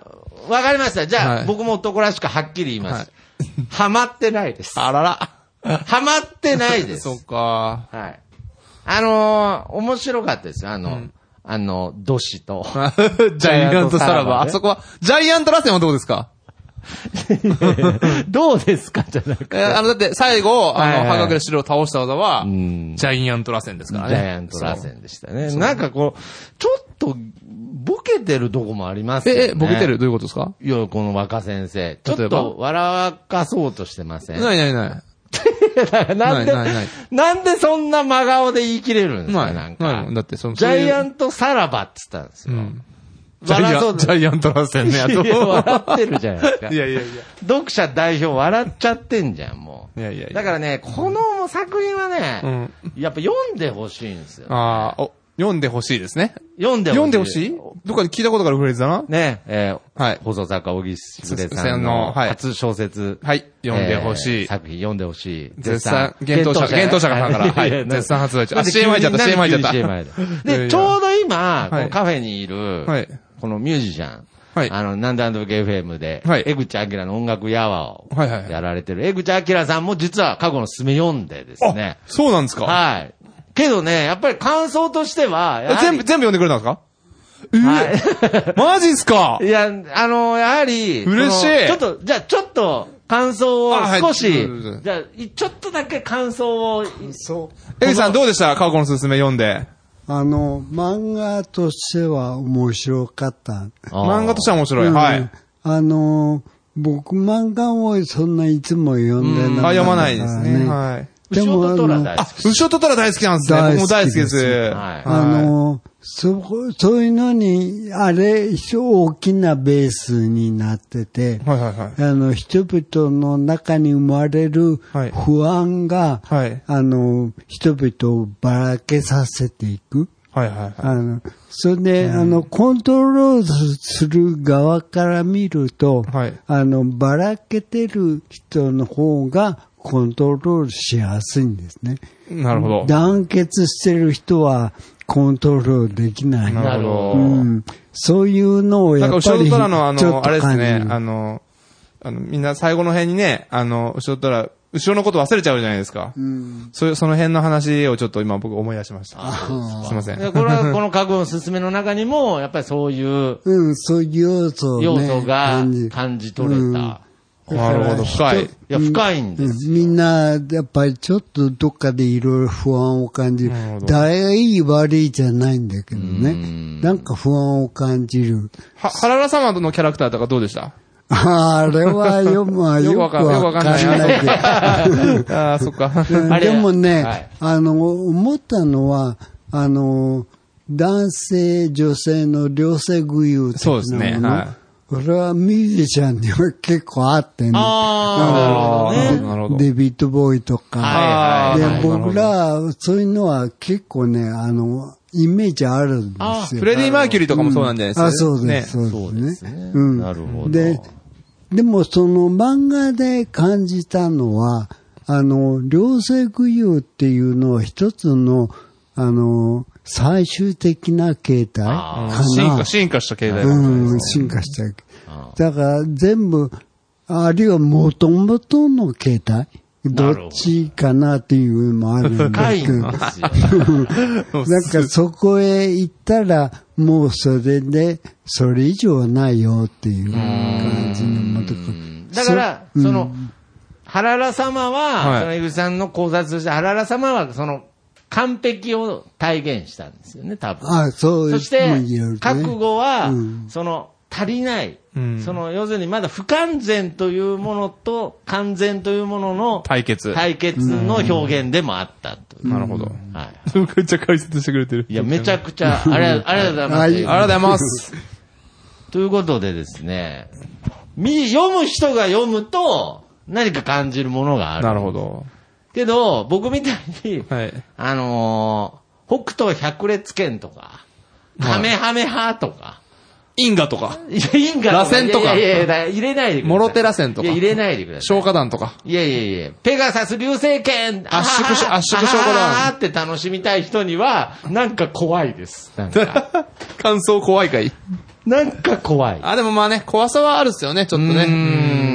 Speaker 1: わかりました。じゃあ、
Speaker 2: はい
Speaker 1: 僕も男らしくはっきり言います。ハマってないです。
Speaker 2: あらら。
Speaker 1: ハマってないです。
Speaker 2: そっか。
Speaker 1: はい。あのー面白かったですよ。あの、あの、ドシと。
Speaker 2: ジャイアントさらば。あそこは、ジャイアント螺旋はどうですか
Speaker 1: どうですかじゃなく
Speaker 2: え
Speaker 1: て。
Speaker 2: ーあの、だって、最後、あ
Speaker 1: はいはい
Speaker 2: の、半角で白を倒した技は、ジ
Speaker 1: ん
Speaker 2: ャイアント螺旋ですからね。
Speaker 1: ジャイアント螺旋でしたね。なんかこう、ちょっと、ボケてるとこもあります
Speaker 2: そう。
Speaker 1: よね。
Speaker 2: え、え、ボケてるどういうことですか
Speaker 1: いや、この若先生。ち
Speaker 2: ば
Speaker 1: ょっと笑かそうとしてません。
Speaker 2: ないないない。
Speaker 1: なんで
Speaker 2: ないないない、
Speaker 1: なんでそんな真顔で言い切れるんです
Speaker 2: な
Speaker 1: か
Speaker 2: い。
Speaker 1: な
Speaker 2: なんい
Speaker 1: か
Speaker 2: もん。。だって、その、
Speaker 1: ジャイア
Speaker 2: ン
Speaker 1: ントさらばって言ったんですよ。
Speaker 2: ジャイ
Speaker 1: 笑そ
Speaker 2: ア
Speaker 1: う
Speaker 2: ンジャイアント螺旋のやつ。
Speaker 1: いや笑ってるじゃないですか。
Speaker 2: いやいやいや。
Speaker 1: 読者代表笑っちゃってんじゃん、もう。
Speaker 2: いやいやいや
Speaker 1: だからね、この作品はね、やっぱ読んでほしいんですよ。
Speaker 2: ああ、お、読んでほしいですね。
Speaker 1: 読んでほしい。
Speaker 2: 読んでほしいどっかに聞いたことがあるフレーズだな。
Speaker 1: ね、えー
Speaker 2: はい
Speaker 1: 放送作家、小木しぐれさ
Speaker 2: す
Speaker 1: んの
Speaker 2: のはい
Speaker 1: 初小説。
Speaker 2: はい読んでほしい
Speaker 1: えー作品読んでほしい。
Speaker 2: 絶賛幻冬舎が幻冬舎がさんからはい絶賛発売中あ CM 入っちゃった CM 入っちゃった いやい
Speaker 1: で、
Speaker 2: や
Speaker 1: ちょうど今、こ
Speaker 2: はい
Speaker 1: のカフェにいる
Speaker 2: はい、
Speaker 1: このミュージシャン。
Speaker 2: はい
Speaker 1: あの、なんであんだ FM で、
Speaker 2: はい
Speaker 1: 江口明の音楽やわを
Speaker 2: はいはいはい
Speaker 1: やられてる。江口明さんも実は過去のすめ読んでですね。
Speaker 2: そうなんですか
Speaker 1: はい。けどね、やっぱり感想としては、やはり
Speaker 2: 全部、全部読んでくれたんですか
Speaker 1: はい
Speaker 2: マジっ すか
Speaker 1: いや、あの、やはり、
Speaker 2: 嬉しい
Speaker 1: そのちょっと、じゃあ、ちょっと、感想を
Speaker 2: あはい
Speaker 1: 少し、
Speaker 2: どうぞどうぞ
Speaker 1: じゃあ、いちょっとだけ感想を、
Speaker 3: そう。
Speaker 2: エビさんどうでした過去のすすめ読んで。
Speaker 3: あの、漫画としては面白かった。
Speaker 2: 漫画としては面白い。
Speaker 3: うん
Speaker 2: はい。。
Speaker 3: あの、僕漫画をそんないつも読んで
Speaker 2: あ、
Speaker 3: なかったから、
Speaker 2: 読ま
Speaker 3: ね
Speaker 2: ないですね。はい。
Speaker 1: 後
Speaker 3: でも
Speaker 1: ろとトラ大好
Speaker 3: あ
Speaker 1: き。
Speaker 2: ウショトトラ大好きなんですね。
Speaker 3: 大好
Speaker 2: 僕
Speaker 3: き
Speaker 2: も大好きです。
Speaker 1: は
Speaker 3: です
Speaker 1: い
Speaker 3: の、あの、そこ、そういうのに、あれ、大きなベースになってて、
Speaker 2: はいはいはい。
Speaker 3: あの、人々の中に生まれる
Speaker 2: はい
Speaker 3: 不安が、
Speaker 2: はい
Speaker 3: あの、人々をばらけさせていく。
Speaker 2: はいはいは
Speaker 3: あの、それで、あの、コントロールする側から見ると、
Speaker 2: はい
Speaker 3: あの、ばらけてる人の方がコントロールしやすいんですね。
Speaker 2: なるほど。
Speaker 3: 団結してる人はコントロールできない。
Speaker 2: なるほど
Speaker 3: うん、そういうのを
Speaker 2: な
Speaker 3: や
Speaker 2: ん
Speaker 3: っ
Speaker 2: か、
Speaker 3: ぱり
Speaker 2: 後ろ虎のあ
Speaker 3: ちょっ
Speaker 2: の、
Speaker 3: と
Speaker 2: あれですね
Speaker 3: 感、じ
Speaker 2: あ
Speaker 3: る
Speaker 2: の、あの、みんな最後の辺にね、あの、後ろ虎、後ろのこと忘れちゃうじゃないですか。
Speaker 3: うん
Speaker 2: そういう、その辺の話をちょっと今僕思い出しました。すいません。
Speaker 1: でこれは、この家具の勧めの中にも、やっぱりそういう
Speaker 3: うん、そういう要素を、ね、
Speaker 1: 要素が
Speaker 3: 感じ
Speaker 1: 感じ取れた。
Speaker 2: なるほど、深い。
Speaker 1: いや、深いんです。
Speaker 3: うんみんな、やっぱりちょっとどっかでいろいろ不安を感じる
Speaker 2: なるほ。ど
Speaker 3: 大い悪いじゃないんだけどね。なんか不安を感じる。
Speaker 2: は、原田様のキャラクターとかどうでした
Speaker 3: あれはよ,、まあ、
Speaker 2: よ
Speaker 3: よ
Speaker 2: く
Speaker 3: く
Speaker 2: わ
Speaker 3: わ
Speaker 2: か
Speaker 3: か
Speaker 2: ん
Speaker 3: ん
Speaker 2: ない
Speaker 3: ないけど。
Speaker 2: ああ、そっか。
Speaker 1: あれ
Speaker 3: でもね、
Speaker 1: はい
Speaker 3: あの、思ったのは、あの、男性、女性の両性具有的な
Speaker 2: そう
Speaker 3: も
Speaker 2: ですね
Speaker 3: の
Speaker 2: はい
Speaker 3: これはミュージシャンには結構あってね。
Speaker 1: ああ、なるほどね。
Speaker 2: なるほど。
Speaker 3: デビッド・ボーイとか。
Speaker 1: はい
Speaker 3: で
Speaker 1: はいはい。、
Speaker 3: 僕ら、そういうのは結構ね、あの、イメージあるんです
Speaker 2: フ
Speaker 3: よ。
Speaker 2: レディ・マーキュリーとかもそうなんじゃないですか。
Speaker 3: あ、そうです。
Speaker 2: ね。
Speaker 3: そうですね。ん
Speaker 1: なるほど。
Speaker 3: で、でもその漫画で感じたのは、あの、両性具有っていうのは一つの、あの、最終的な形態
Speaker 1: あ
Speaker 2: うん
Speaker 3: かな。
Speaker 2: 進化、進化した経済学
Speaker 3: うん、進化したわけだから全部、あるいは元々の形態
Speaker 1: なるほど
Speaker 3: どっちかなっていうのもある んです
Speaker 1: 深い
Speaker 3: けど。
Speaker 1: んです よ。
Speaker 3: なんかそこへ行ったら、もうそれで、それ以上はないよっていう感じのもとか。
Speaker 1: だから、その、原良様
Speaker 2: はい
Speaker 1: は、その井口さんの考察として、原良様は、その、完璧を体現したんですよね、多分。
Speaker 3: あそう
Speaker 1: そして
Speaker 3: もう言えるね、
Speaker 1: 覚悟は
Speaker 3: うん、
Speaker 1: その、足りない
Speaker 2: うん。
Speaker 1: その、要するにまだ不完全というものと、完全というものの
Speaker 2: 対決。
Speaker 1: 対決の表現でもあったという。
Speaker 2: なるほど。
Speaker 1: はい。
Speaker 2: めっちゃ解説してくれてる。
Speaker 1: いや、めち ゃくちゃ、あれ、ありがとうございます。
Speaker 3: は
Speaker 2: あり
Speaker 3: い
Speaker 2: がとうございます。
Speaker 1: ということでですね、み、読む人が読むと、何か感じるものがある。
Speaker 2: なるほど。
Speaker 1: けど、僕みたいに、
Speaker 2: はい。
Speaker 1: あのー北斗百裂拳とか、
Speaker 2: はい
Speaker 1: カメハメハとか、
Speaker 2: 因果とか、
Speaker 1: いや、いいんか
Speaker 2: 螺旋とか
Speaker 1: いやいやいや、入れないでください。
Speaker 2: モロテ螺旋とか
Speaker 1: いや、入れないでください。
Speaker 2: 消化弾と か。
Speaker 1: いやいやいや、ペガサス流星拳
Speaker 2: 圧縮し
Speaker 1: あはは
Speaker 2: 圧縮消化だ
Speaker 1: あははって楽しみたい人には、なんか怖いです。なんか、
Speaker 2: 感想怖いかい
Speaker 1: なんか怖い。
Speaker 2: あ、でもまあね、怖さはあるっすよね、ちょっとね。
Speaker 1: うん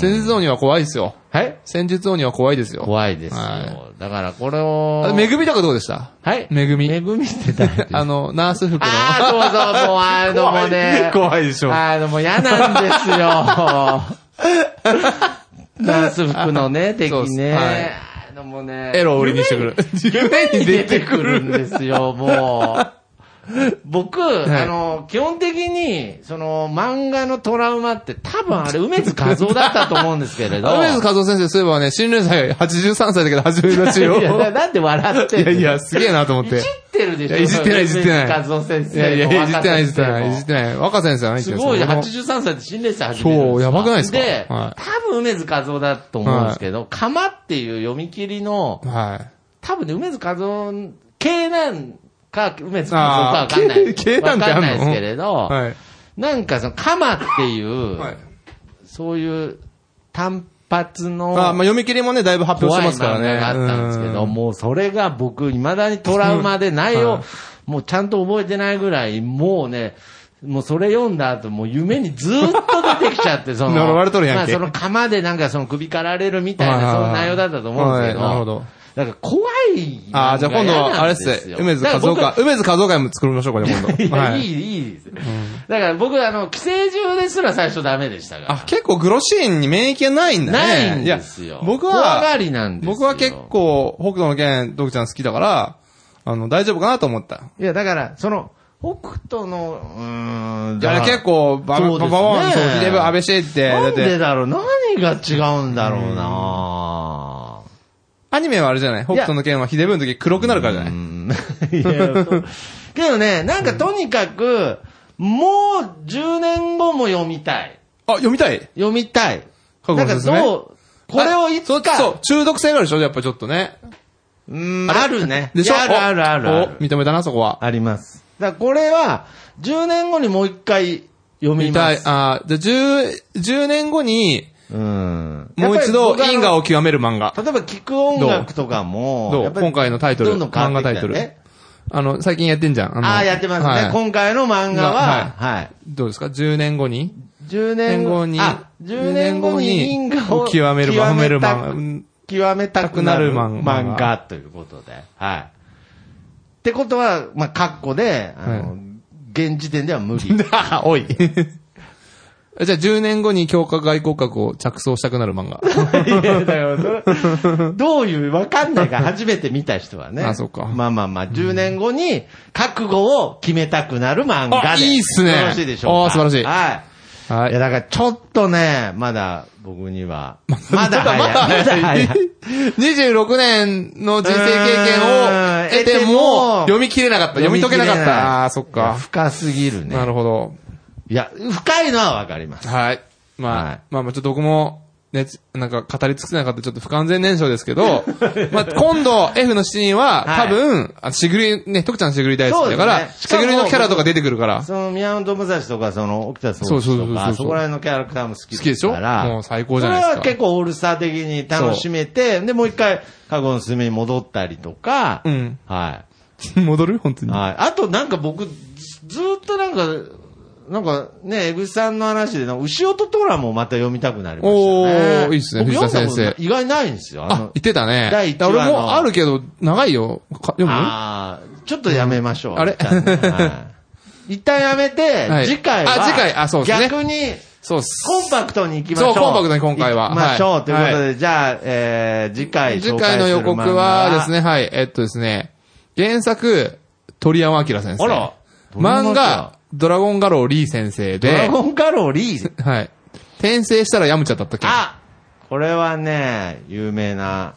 Speaker 2: 戦術王には怖いっすよ。
Speaker 1: はい
Speaker 2: 戦術王には怖いですよ。
Speaker 1: 怖いです
Speaker 2: は
Speaker 1: よ。だからこれを
Speaker 2: あ、。めぐみとかどうでした
Speaker 1: はい。
Speaker 2: めぐみ
Speaker 1: めぐみって誰
Speaker 2: あの、ナース服
Speaker 1: あ
Speaker 2: の。
Speaker 1: あ、そうそう、もうあのもうね。
Speaker 2: 怖いでしょ。
Speaker 1: あの、もう嫌なん ですよ。ダンス服のね、敵
Speaker 2: そうっす
Speaker 1: ね。
Speaker 2: はい
Speaker 1: あのもうね。
Speaker 2: エロを売りにして くる。夢に
Speaker 1: 出
Speaker 2: 出
Speaker 1: て
Speaker 2: て
Speaker 1: く
Speaker 2: く
Speaker 1: るん
Speaker 2: る。
Speaker 1: ですよ、もう。僕、
Speaker 2: い
Speaker 1: あの、基本的に、その、漫画のトラウマって多分あれ、梅津和夫だったと思うんですけれど。
Speaker 2: 梅津和夫先生、そういえばね、心霊祭83歳だけど初めだしよ。
Speaker 1: いやいや、なんで笑って
Speaker 2: い
Speaker 1: んの
Speaker 2: やいや、すげえなと思っ
Speaker 1: いじ
Speaker 2: て。
Speaker 1: ってるでしょ
Speaker 2: いやいじってないいじってない
Speaker 1: 梅津和夫先生
Speaker 2: いやい
Speaker 1: も
Speaker 2: や、いじってない、いじ
Speaker 1: 若
Speaker 2: っ
Speaker 1: 先
Speaker 2: て
Speaker 1: 生も
Speaker 2: ない、いじってない。若先生はね、
Speaker 1: すごい、
Speaker 2: その
Speaker 1: 83歳で心霊祭始めるんです
Speaker 2: そうやばくないですか
Speaker 1: で、
Speaker 2: は
Speaker 1: 多分梅津和夫だと思うんですけど、釜っていう読み切りの、
Speaker 2: はい。
Speaker 1: 多分ね、梅津和夫系なんか、梅津和夫かわかんな
Speaker 2: あー
Speaker 1: い。
Speaker 2: 系系なんてあ
Speaker 1: わか
Speaker 2: んの
Speaker 1: んないですけれど、
Speaker 2: はい。
Speaker 1: なんかその釜っていう、
Speaker 2: はい。
Speaker 1: そういう単発の、
Speaker 2: まあ、まあ、読み切りもね、だいぶ発表して
Speaker 1: 怖い
Speaker 2: ま
Speaker 1: 漫
Speaker 2: すか
Speaker 1: 画
Speaker 2: らね。
Speaker 1: があったんですけど、
Speaker 2: うん
Speaker 1: もうそれが僕、未だにトラウマで内
Speaker 2: はい
Speaker 1: 容、もうちゃんと覚えてないぐらい、もうね、もうそれ読んだ後、もう夢にずっと出てきちゃっ て、その、
Speaker 2: 呪われとるやんけ
Speaker 1: まあその釜でなんかその首かられるみたい
Speaker 2: はい
Speaker 1: な、
Speaker 2: はい
Speaker 1: そ
Speaker 2: はい
Speaker 1: の内容だったと思うんですけど。
Speaker 2: はいなるほど。
Speaker 1: だから怖い。
Speaker 2: ああ、じゃあ今度は、あれっすね、梅津和夫
Speaker 1: か
Speaker 2: 会、梅津和夫会も作りましょうかね、今
Speaker 1: い
Speaker 2: 度。
Speaker 1: や、
Speaker 2: はいい。
Speaker 1: い、いいです。だから僕、あの、寄生獣ですら最初ダメでしたから。
Speaker 2: あ、結構グロシーンに免疫がないんだね。
Speaker 1: ないんですよ
Speaker 2: いや僕
Speaker 1: 怖が
Speaker 2: は、
Speaker 1: りなんですよ
Speaker 2: 僕は結構、北斗の剣、ドクちゃん好きだから、あの、大丈夫かなと思った。
Speaker 1: いや、だから、その、北斗の、うーん、
Speaker 2: いや、結
Speaker 1: 構、
Speaker 2: 構、ババ
Speaker 1: そうです
Speaker 2: バ
Speaker 1: ね
Speaker 2: ババン、そう、ヒデブ、安倍シェイって、だ
Speaker 1: な
Speaker 2: っ
Speaker 1: んで
Speaker 2: て、
Speaker 1: だろう何が違うんだろうな
Speaker 2: アニメはあれじゃない北斗の剣はヒデブの時黒くなるからじゃな
Speaker 1: う
Speaker 2: い
Speaker 1: ん。 いやそうけどね、なんかとにかく、もう10年後も読みたい。
Speaker 2: あ、読みたい
Speaker 1: 読みたい。
Speaker 2: 過去
Speaker 1: な
Speaker 2: の
Speaker 1: んか
Speaker 2: 説明
Speaker 1: どう、これをいつ
Speaker 2: あそうそ
Speaker 1: か
Speaker 2: う、、中毒性があるでしょやっぱちょっとね。
Speaker 1: うーん、
Speaker 2: れ
Speaker 1: あるね。
Speaker 2: でしょ
Speaker 1: いやあるあるあるあ
Speaker 2: おお
Speaker 1: る。
Speaker 2: 認めたな、そこは。
Speaker 1: あります。だからこれは、10年後にもう一回読み
Speaker 2: 見た
Speaker 1: ま
Speaker 2: い。
Speaker 1: す。
Speaker 2: あーじゃあ10、10年後に、
Speaker 1: うん。
Speaker 2: もう一
Speaker 1: や
Speaker 2: 度
Speaker 1: っぱり僕あの
Speaker 2: 因果を極める漫画。
Speaker 1: 例えば聞く音楽とかも、
Speaker 2: どう
Speaker 1: やっぱり
Speaker 2: 今回のタイトル
Speaker 1: どんどん変わってきたよ
Speaker 2: 漫画タイ
Speaker 1: ね。
Speaker 2: あの、最近やってんじゃん。の
Speaker 1: ああ、やってますね。
Speaker 2: はい
Speaker 1: 今回の漫画は、
Speaker 2: は
Speaker 1: はい。
Speaker 2: どうですか ?10 年後に
Speaker 1: 10
Speaker 2: ?10
Speaker 1: 年後
Speaker 2: 後に
Speaker 1: あ、10年後に因果を
Speaker 2: 極める、
Speaker 1: 極
Speaker 2: 極める
Speaker 1: た
Speaker 2: 漫
Speaker 1: 極めたくなる
Speaker 2: たくなる漫
Speaker 1: 漫
Speaker 2: 画
Speaker 1: 画ということで。はい。ってことは、まあ、括弧で、あの、
Speaker 2: は
Speaker 1: 現時点では無理。
Speaker 2: 画。 おい。じゃあ10年後に強化外交格を着想したくな る漫画。
Speaker 1: いやだよそれどういう、わかんないから、初めて見た人はね。
Speaker 2: あそうか
Speaker 1: まあまあまあ、10年後に覚悟を決めたくなる漫画
Speaker 2: あ
Speaker 1: で。
Speaker 2: いいっすね
Speaker 1: よろしいでしょうか。
Speaker 2: あー素晴らしい
Speaker 1: はい。
Speaker 2: はい
Speaker 1: いや、。だからちょっとね、まだ僕には、まだ
Speaker 2: た
Speaker 1: 早い。まだ早い。
Speaker 2: 26年の人生経験を得て
Speaker 1: うーん
Speaker 2: も、読み切れなかった。読み解けなかっ
Speaker 1: 読み切れない
Speaker 2: た。ああー、そっ
Speaker 1: いや
Speaker 2: か。
Speaker 1: 深すぎる
Speaker 2: な
Speaker 1: ね。
Speaker 2: るほど。
Speaker 1: いや、深いのはわかります。
Speaker 2: はい。まあ、
Speaker 1: はい
Speaker 2: まあまあちょっと僕も、ね、つなんか語り尽くせなかったちょっと不完全燃焼です けど、まあ今度 F の7人は、
Speaker 1: はい
Speaker 2: 多分、あしぐり、ね、徳ちゃんしぐり大好きだか
Speaker 1: そ
Speaker 2: ら、
Speaker 1: うですねし
Speaker 2: し
Speaker 1: かも
Speaker 2: ぐりのキャラとか出てくるから、
Speaker 1: その宮本武蔵とか、その沖田総
Speaker 2: そうそう
Speaker 1: 司と
Speaker 2: そうそうそう
Speaker 1: か、そこら辺のキャラクターも好き
Speaker 2: 好きでしょ
Speaker 1: から
Speaker 2: もう最高じゃないですか
Speaker 1: それは結構オールスター的に楽しめて、で、もう一回、過去の隅に戻ったりとか、
Speaker 2: うん
Speaker 1: は
Speaker 2: 戻る本当
Speaker 1: い。
Speaker 2: に。
Speaker 1: はい。あとなんか僕、ずずーっとなんか、なんかね、江口さんの話で、なんか牛音トラもまた読みたくなりましたね。
Speaker 2: おーいいっすね
Speaker 1: 僕
Speaker 2: 藤田先生
Speaker 1: 読んだこと意外ないんですよ。
Speaker 2: あ、言ってたね。
Speaker 1: 第一話の
Speaker 2: 俺もあるけど、長いよ。か読む
Speaker 1: ああ、ちょっとやめましょう。
Speaker 2: んあれ
Speaker 1: 一旦ねはい一旦やめて、
Speaker 2: はい
Speaker 1: 次回は、
Speaker 2: あ次回あそうですね
Speaker 1: 逆に、
Speaker 2: そうっす。
Speaker 1: コンパクトに行きましょう。
Speaker 2: そうコンパクトに今回は
Speaker 1: 行きましょう。
Speaker 2: はい
Speaker 1: ということで、じゃあ、えー、次回
Speaker 2: 次回の予告はです。ね、はい、えっとですね、原作、鳥山明先生。
Speaker 1: あら
Speaker 2: 漫画、ドラゴンガローリー先生
Speaker 1: ドラ
Speaker 2: で、
Speaker 1: ゴンガロリ ー。
Speaker 2: はい。転生したらヤムチャだったっけ
Speaker 1: あこれはね、有名な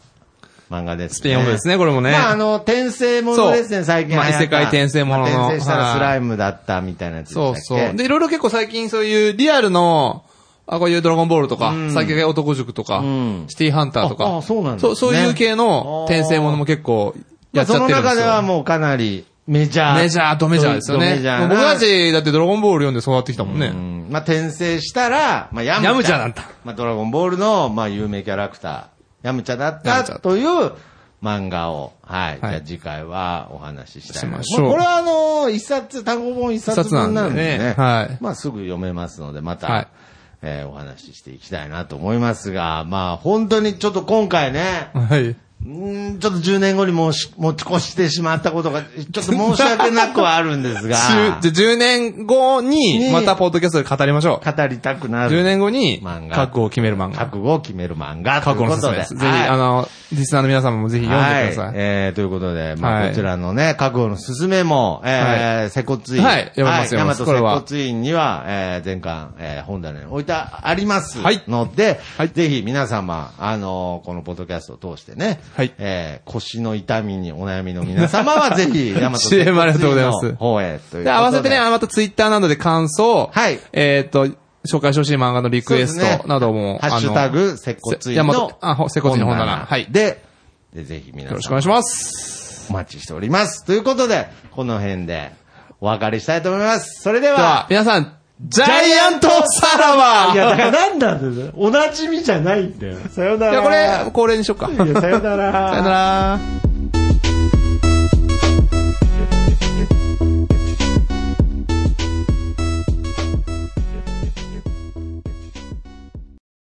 Speaker 1: 漫画です、ね。
Speaker 2: スペイン語ですね、これもね。
Speaker 1: まあ、あの、転生ものです
Speaker 2: そう
Speaker 1: ね、最近流行った。
Speaker 2: まあ異世界転生ものの
Speaker 1: まあ転生した
Speaker 2: は
Speaker 1: ら
Speaker 2: い
Speaker 1: スライムだったみたいなやつでした
Speaker 2: そ
Speaker 1: っ
Speaker 2: う
Speaker 1: け
Speaker 2: そう。で、いろいろ結構最近そういうリアルの、あ、こういうドラゴンボールとか、最近男塾とか、
Speaker 1: ん
Speaker 2: シティハンターと
Speaker 1: あ
Speaker 2: か、
Speaker 1: あそうなんです
Speaker 2: そ
Speaker 1: ね
Speaker 2: う、そういう系の転生ものも結構やっちゃ
Speaker 1: そ
Speaker 2: って
Speaker 1: の
Speaker 2: るんです
Speaker 1: 中
Speaker 2: よ。
Speaker 1: ではもうかなりメジャー。
Speaker 2: メジャーとメジャーですよ
Speaker 1: ド
Speaker 2: ね
Speaker 1: メジャ。ーな
Speaker 2: 僕たち、だってドラゴンボール読んで育ってきたもんね。
Speaker 1: うんまあ、転生したら、まあ、ヤムチャ。
Speaker 2: ヤムチャだった
Speaker 1: まあ、ドラゴンボールの、まあ、有名キャラクター、ヤムチャだっ
Speaker 2: ヤム
Speaker 1: た
Speaker 2: チャ
Speaker 1: という漫画を、はい。じゃ
Speaker 2: は
Speaker 1: あ
Speaker 2: い
Speaker 1: 次回はお話ししたいな。
Speaker 2: しましょう
Speaker 1: あこれはあのー一冊、単語本一冊分なんでね。
Speaker 2: 一冊なんでねはい
Speaker 1: まあ、すぐ読めますので、また、
Speaker 2: はい
Speaker 1: えーお話ししていきたいなと思いますが、まあ、本当にちょっと今回ね、
Speaker 2: はい。
Speaker 1: うーんちょっと10年後にもうし持ち越してしまったことが、ちょっと申し訳なくはあるんです が、
Speaker 2: じゅじゃあ10年後に、
Speaker 1: に
Speaker 2: またポッドキャストで語りましょ
Speaker 1: 語りたくな
Speaker 2: う。
Speaker 1: る
Speaker 2: 10。年後に、
Speaker 1: 漫画
Speaker 2: 覚悟を決める漫画。
Speaker 1: 覚悟を決める漫画とい
Speaker 2: 覚
Speaker 1: う
Speaker 2: 悟
Speaker 1: こ
Speaker 2: の
Speaker 1: と
Speaker 2: 説
Speaker 1: で。
Speaker 2: 明です。ぜひ、あの、リスナーの皆様もぜひ読んでくだ
Speaker 1: はい
Speaker 2: さい。
Speaker 1: えーということで、まあ、
Speaker 2: はい
Speaker 1: こちらのね、覚悟の勧めも、えー、接骨院。
Speaker 2: はい読めます
Speaker 1: はい、
Speaker 2: 読めま
Speaker 1: 大
Speaker 2: す
Speaker 1: 和
Speaker 2: これは
Speaker 1: 接骨院には、えー、前巻、えー、本棚に置いてあります
Speaker 2: はい
Speaker 1: ので、
Speaker 2: はい
Speaker 1: ぜひ皆様、あのーこのポッドキャストを通してね、
Speaker 2: はい
Speaker 1: えー、腰の痛みにお悩みの皆様は、ぜ ひ、大和
Speaker 2: CM ありがとうございます
Speaker 1: 接骨院の方へということで。
Speaker 2: で、合わせてね、あまたツイッターなどで感想、
Speaker 1: はい
Speaker 2: えっと、紹介してほしい漫画のリクエス
Speaker 1: そうです
Speaker 2: ト
Speaker 1: ね
Speaker 2: なども、
Speaker 1: ハッシュタグ、接骨院
Speaker 2: いやま
Speaker 1: の。
Speaker 2: たあほ接骨院の本棚はい
Speaker 1: で、でぜひ皆
Speaker 2: あ
Speaker 1: さん。
Speaker 2: の、よろしくお願いします。
Speaker 1: お待ちしております。ということで、この辺でお別れしたいと思います。それで
Speaker 2: では
Speaker 1: は、、
Speaker 2: 皆さん、ジャイアントさらば
Speaker 4: いや、だからなんなんだよ。おなじみじゃないんだよ。さよないら。
Speaker 2: や、これ、恒例にしよっか。さよ
Speaker 4: いやさよなら。
Speaker 2: なら。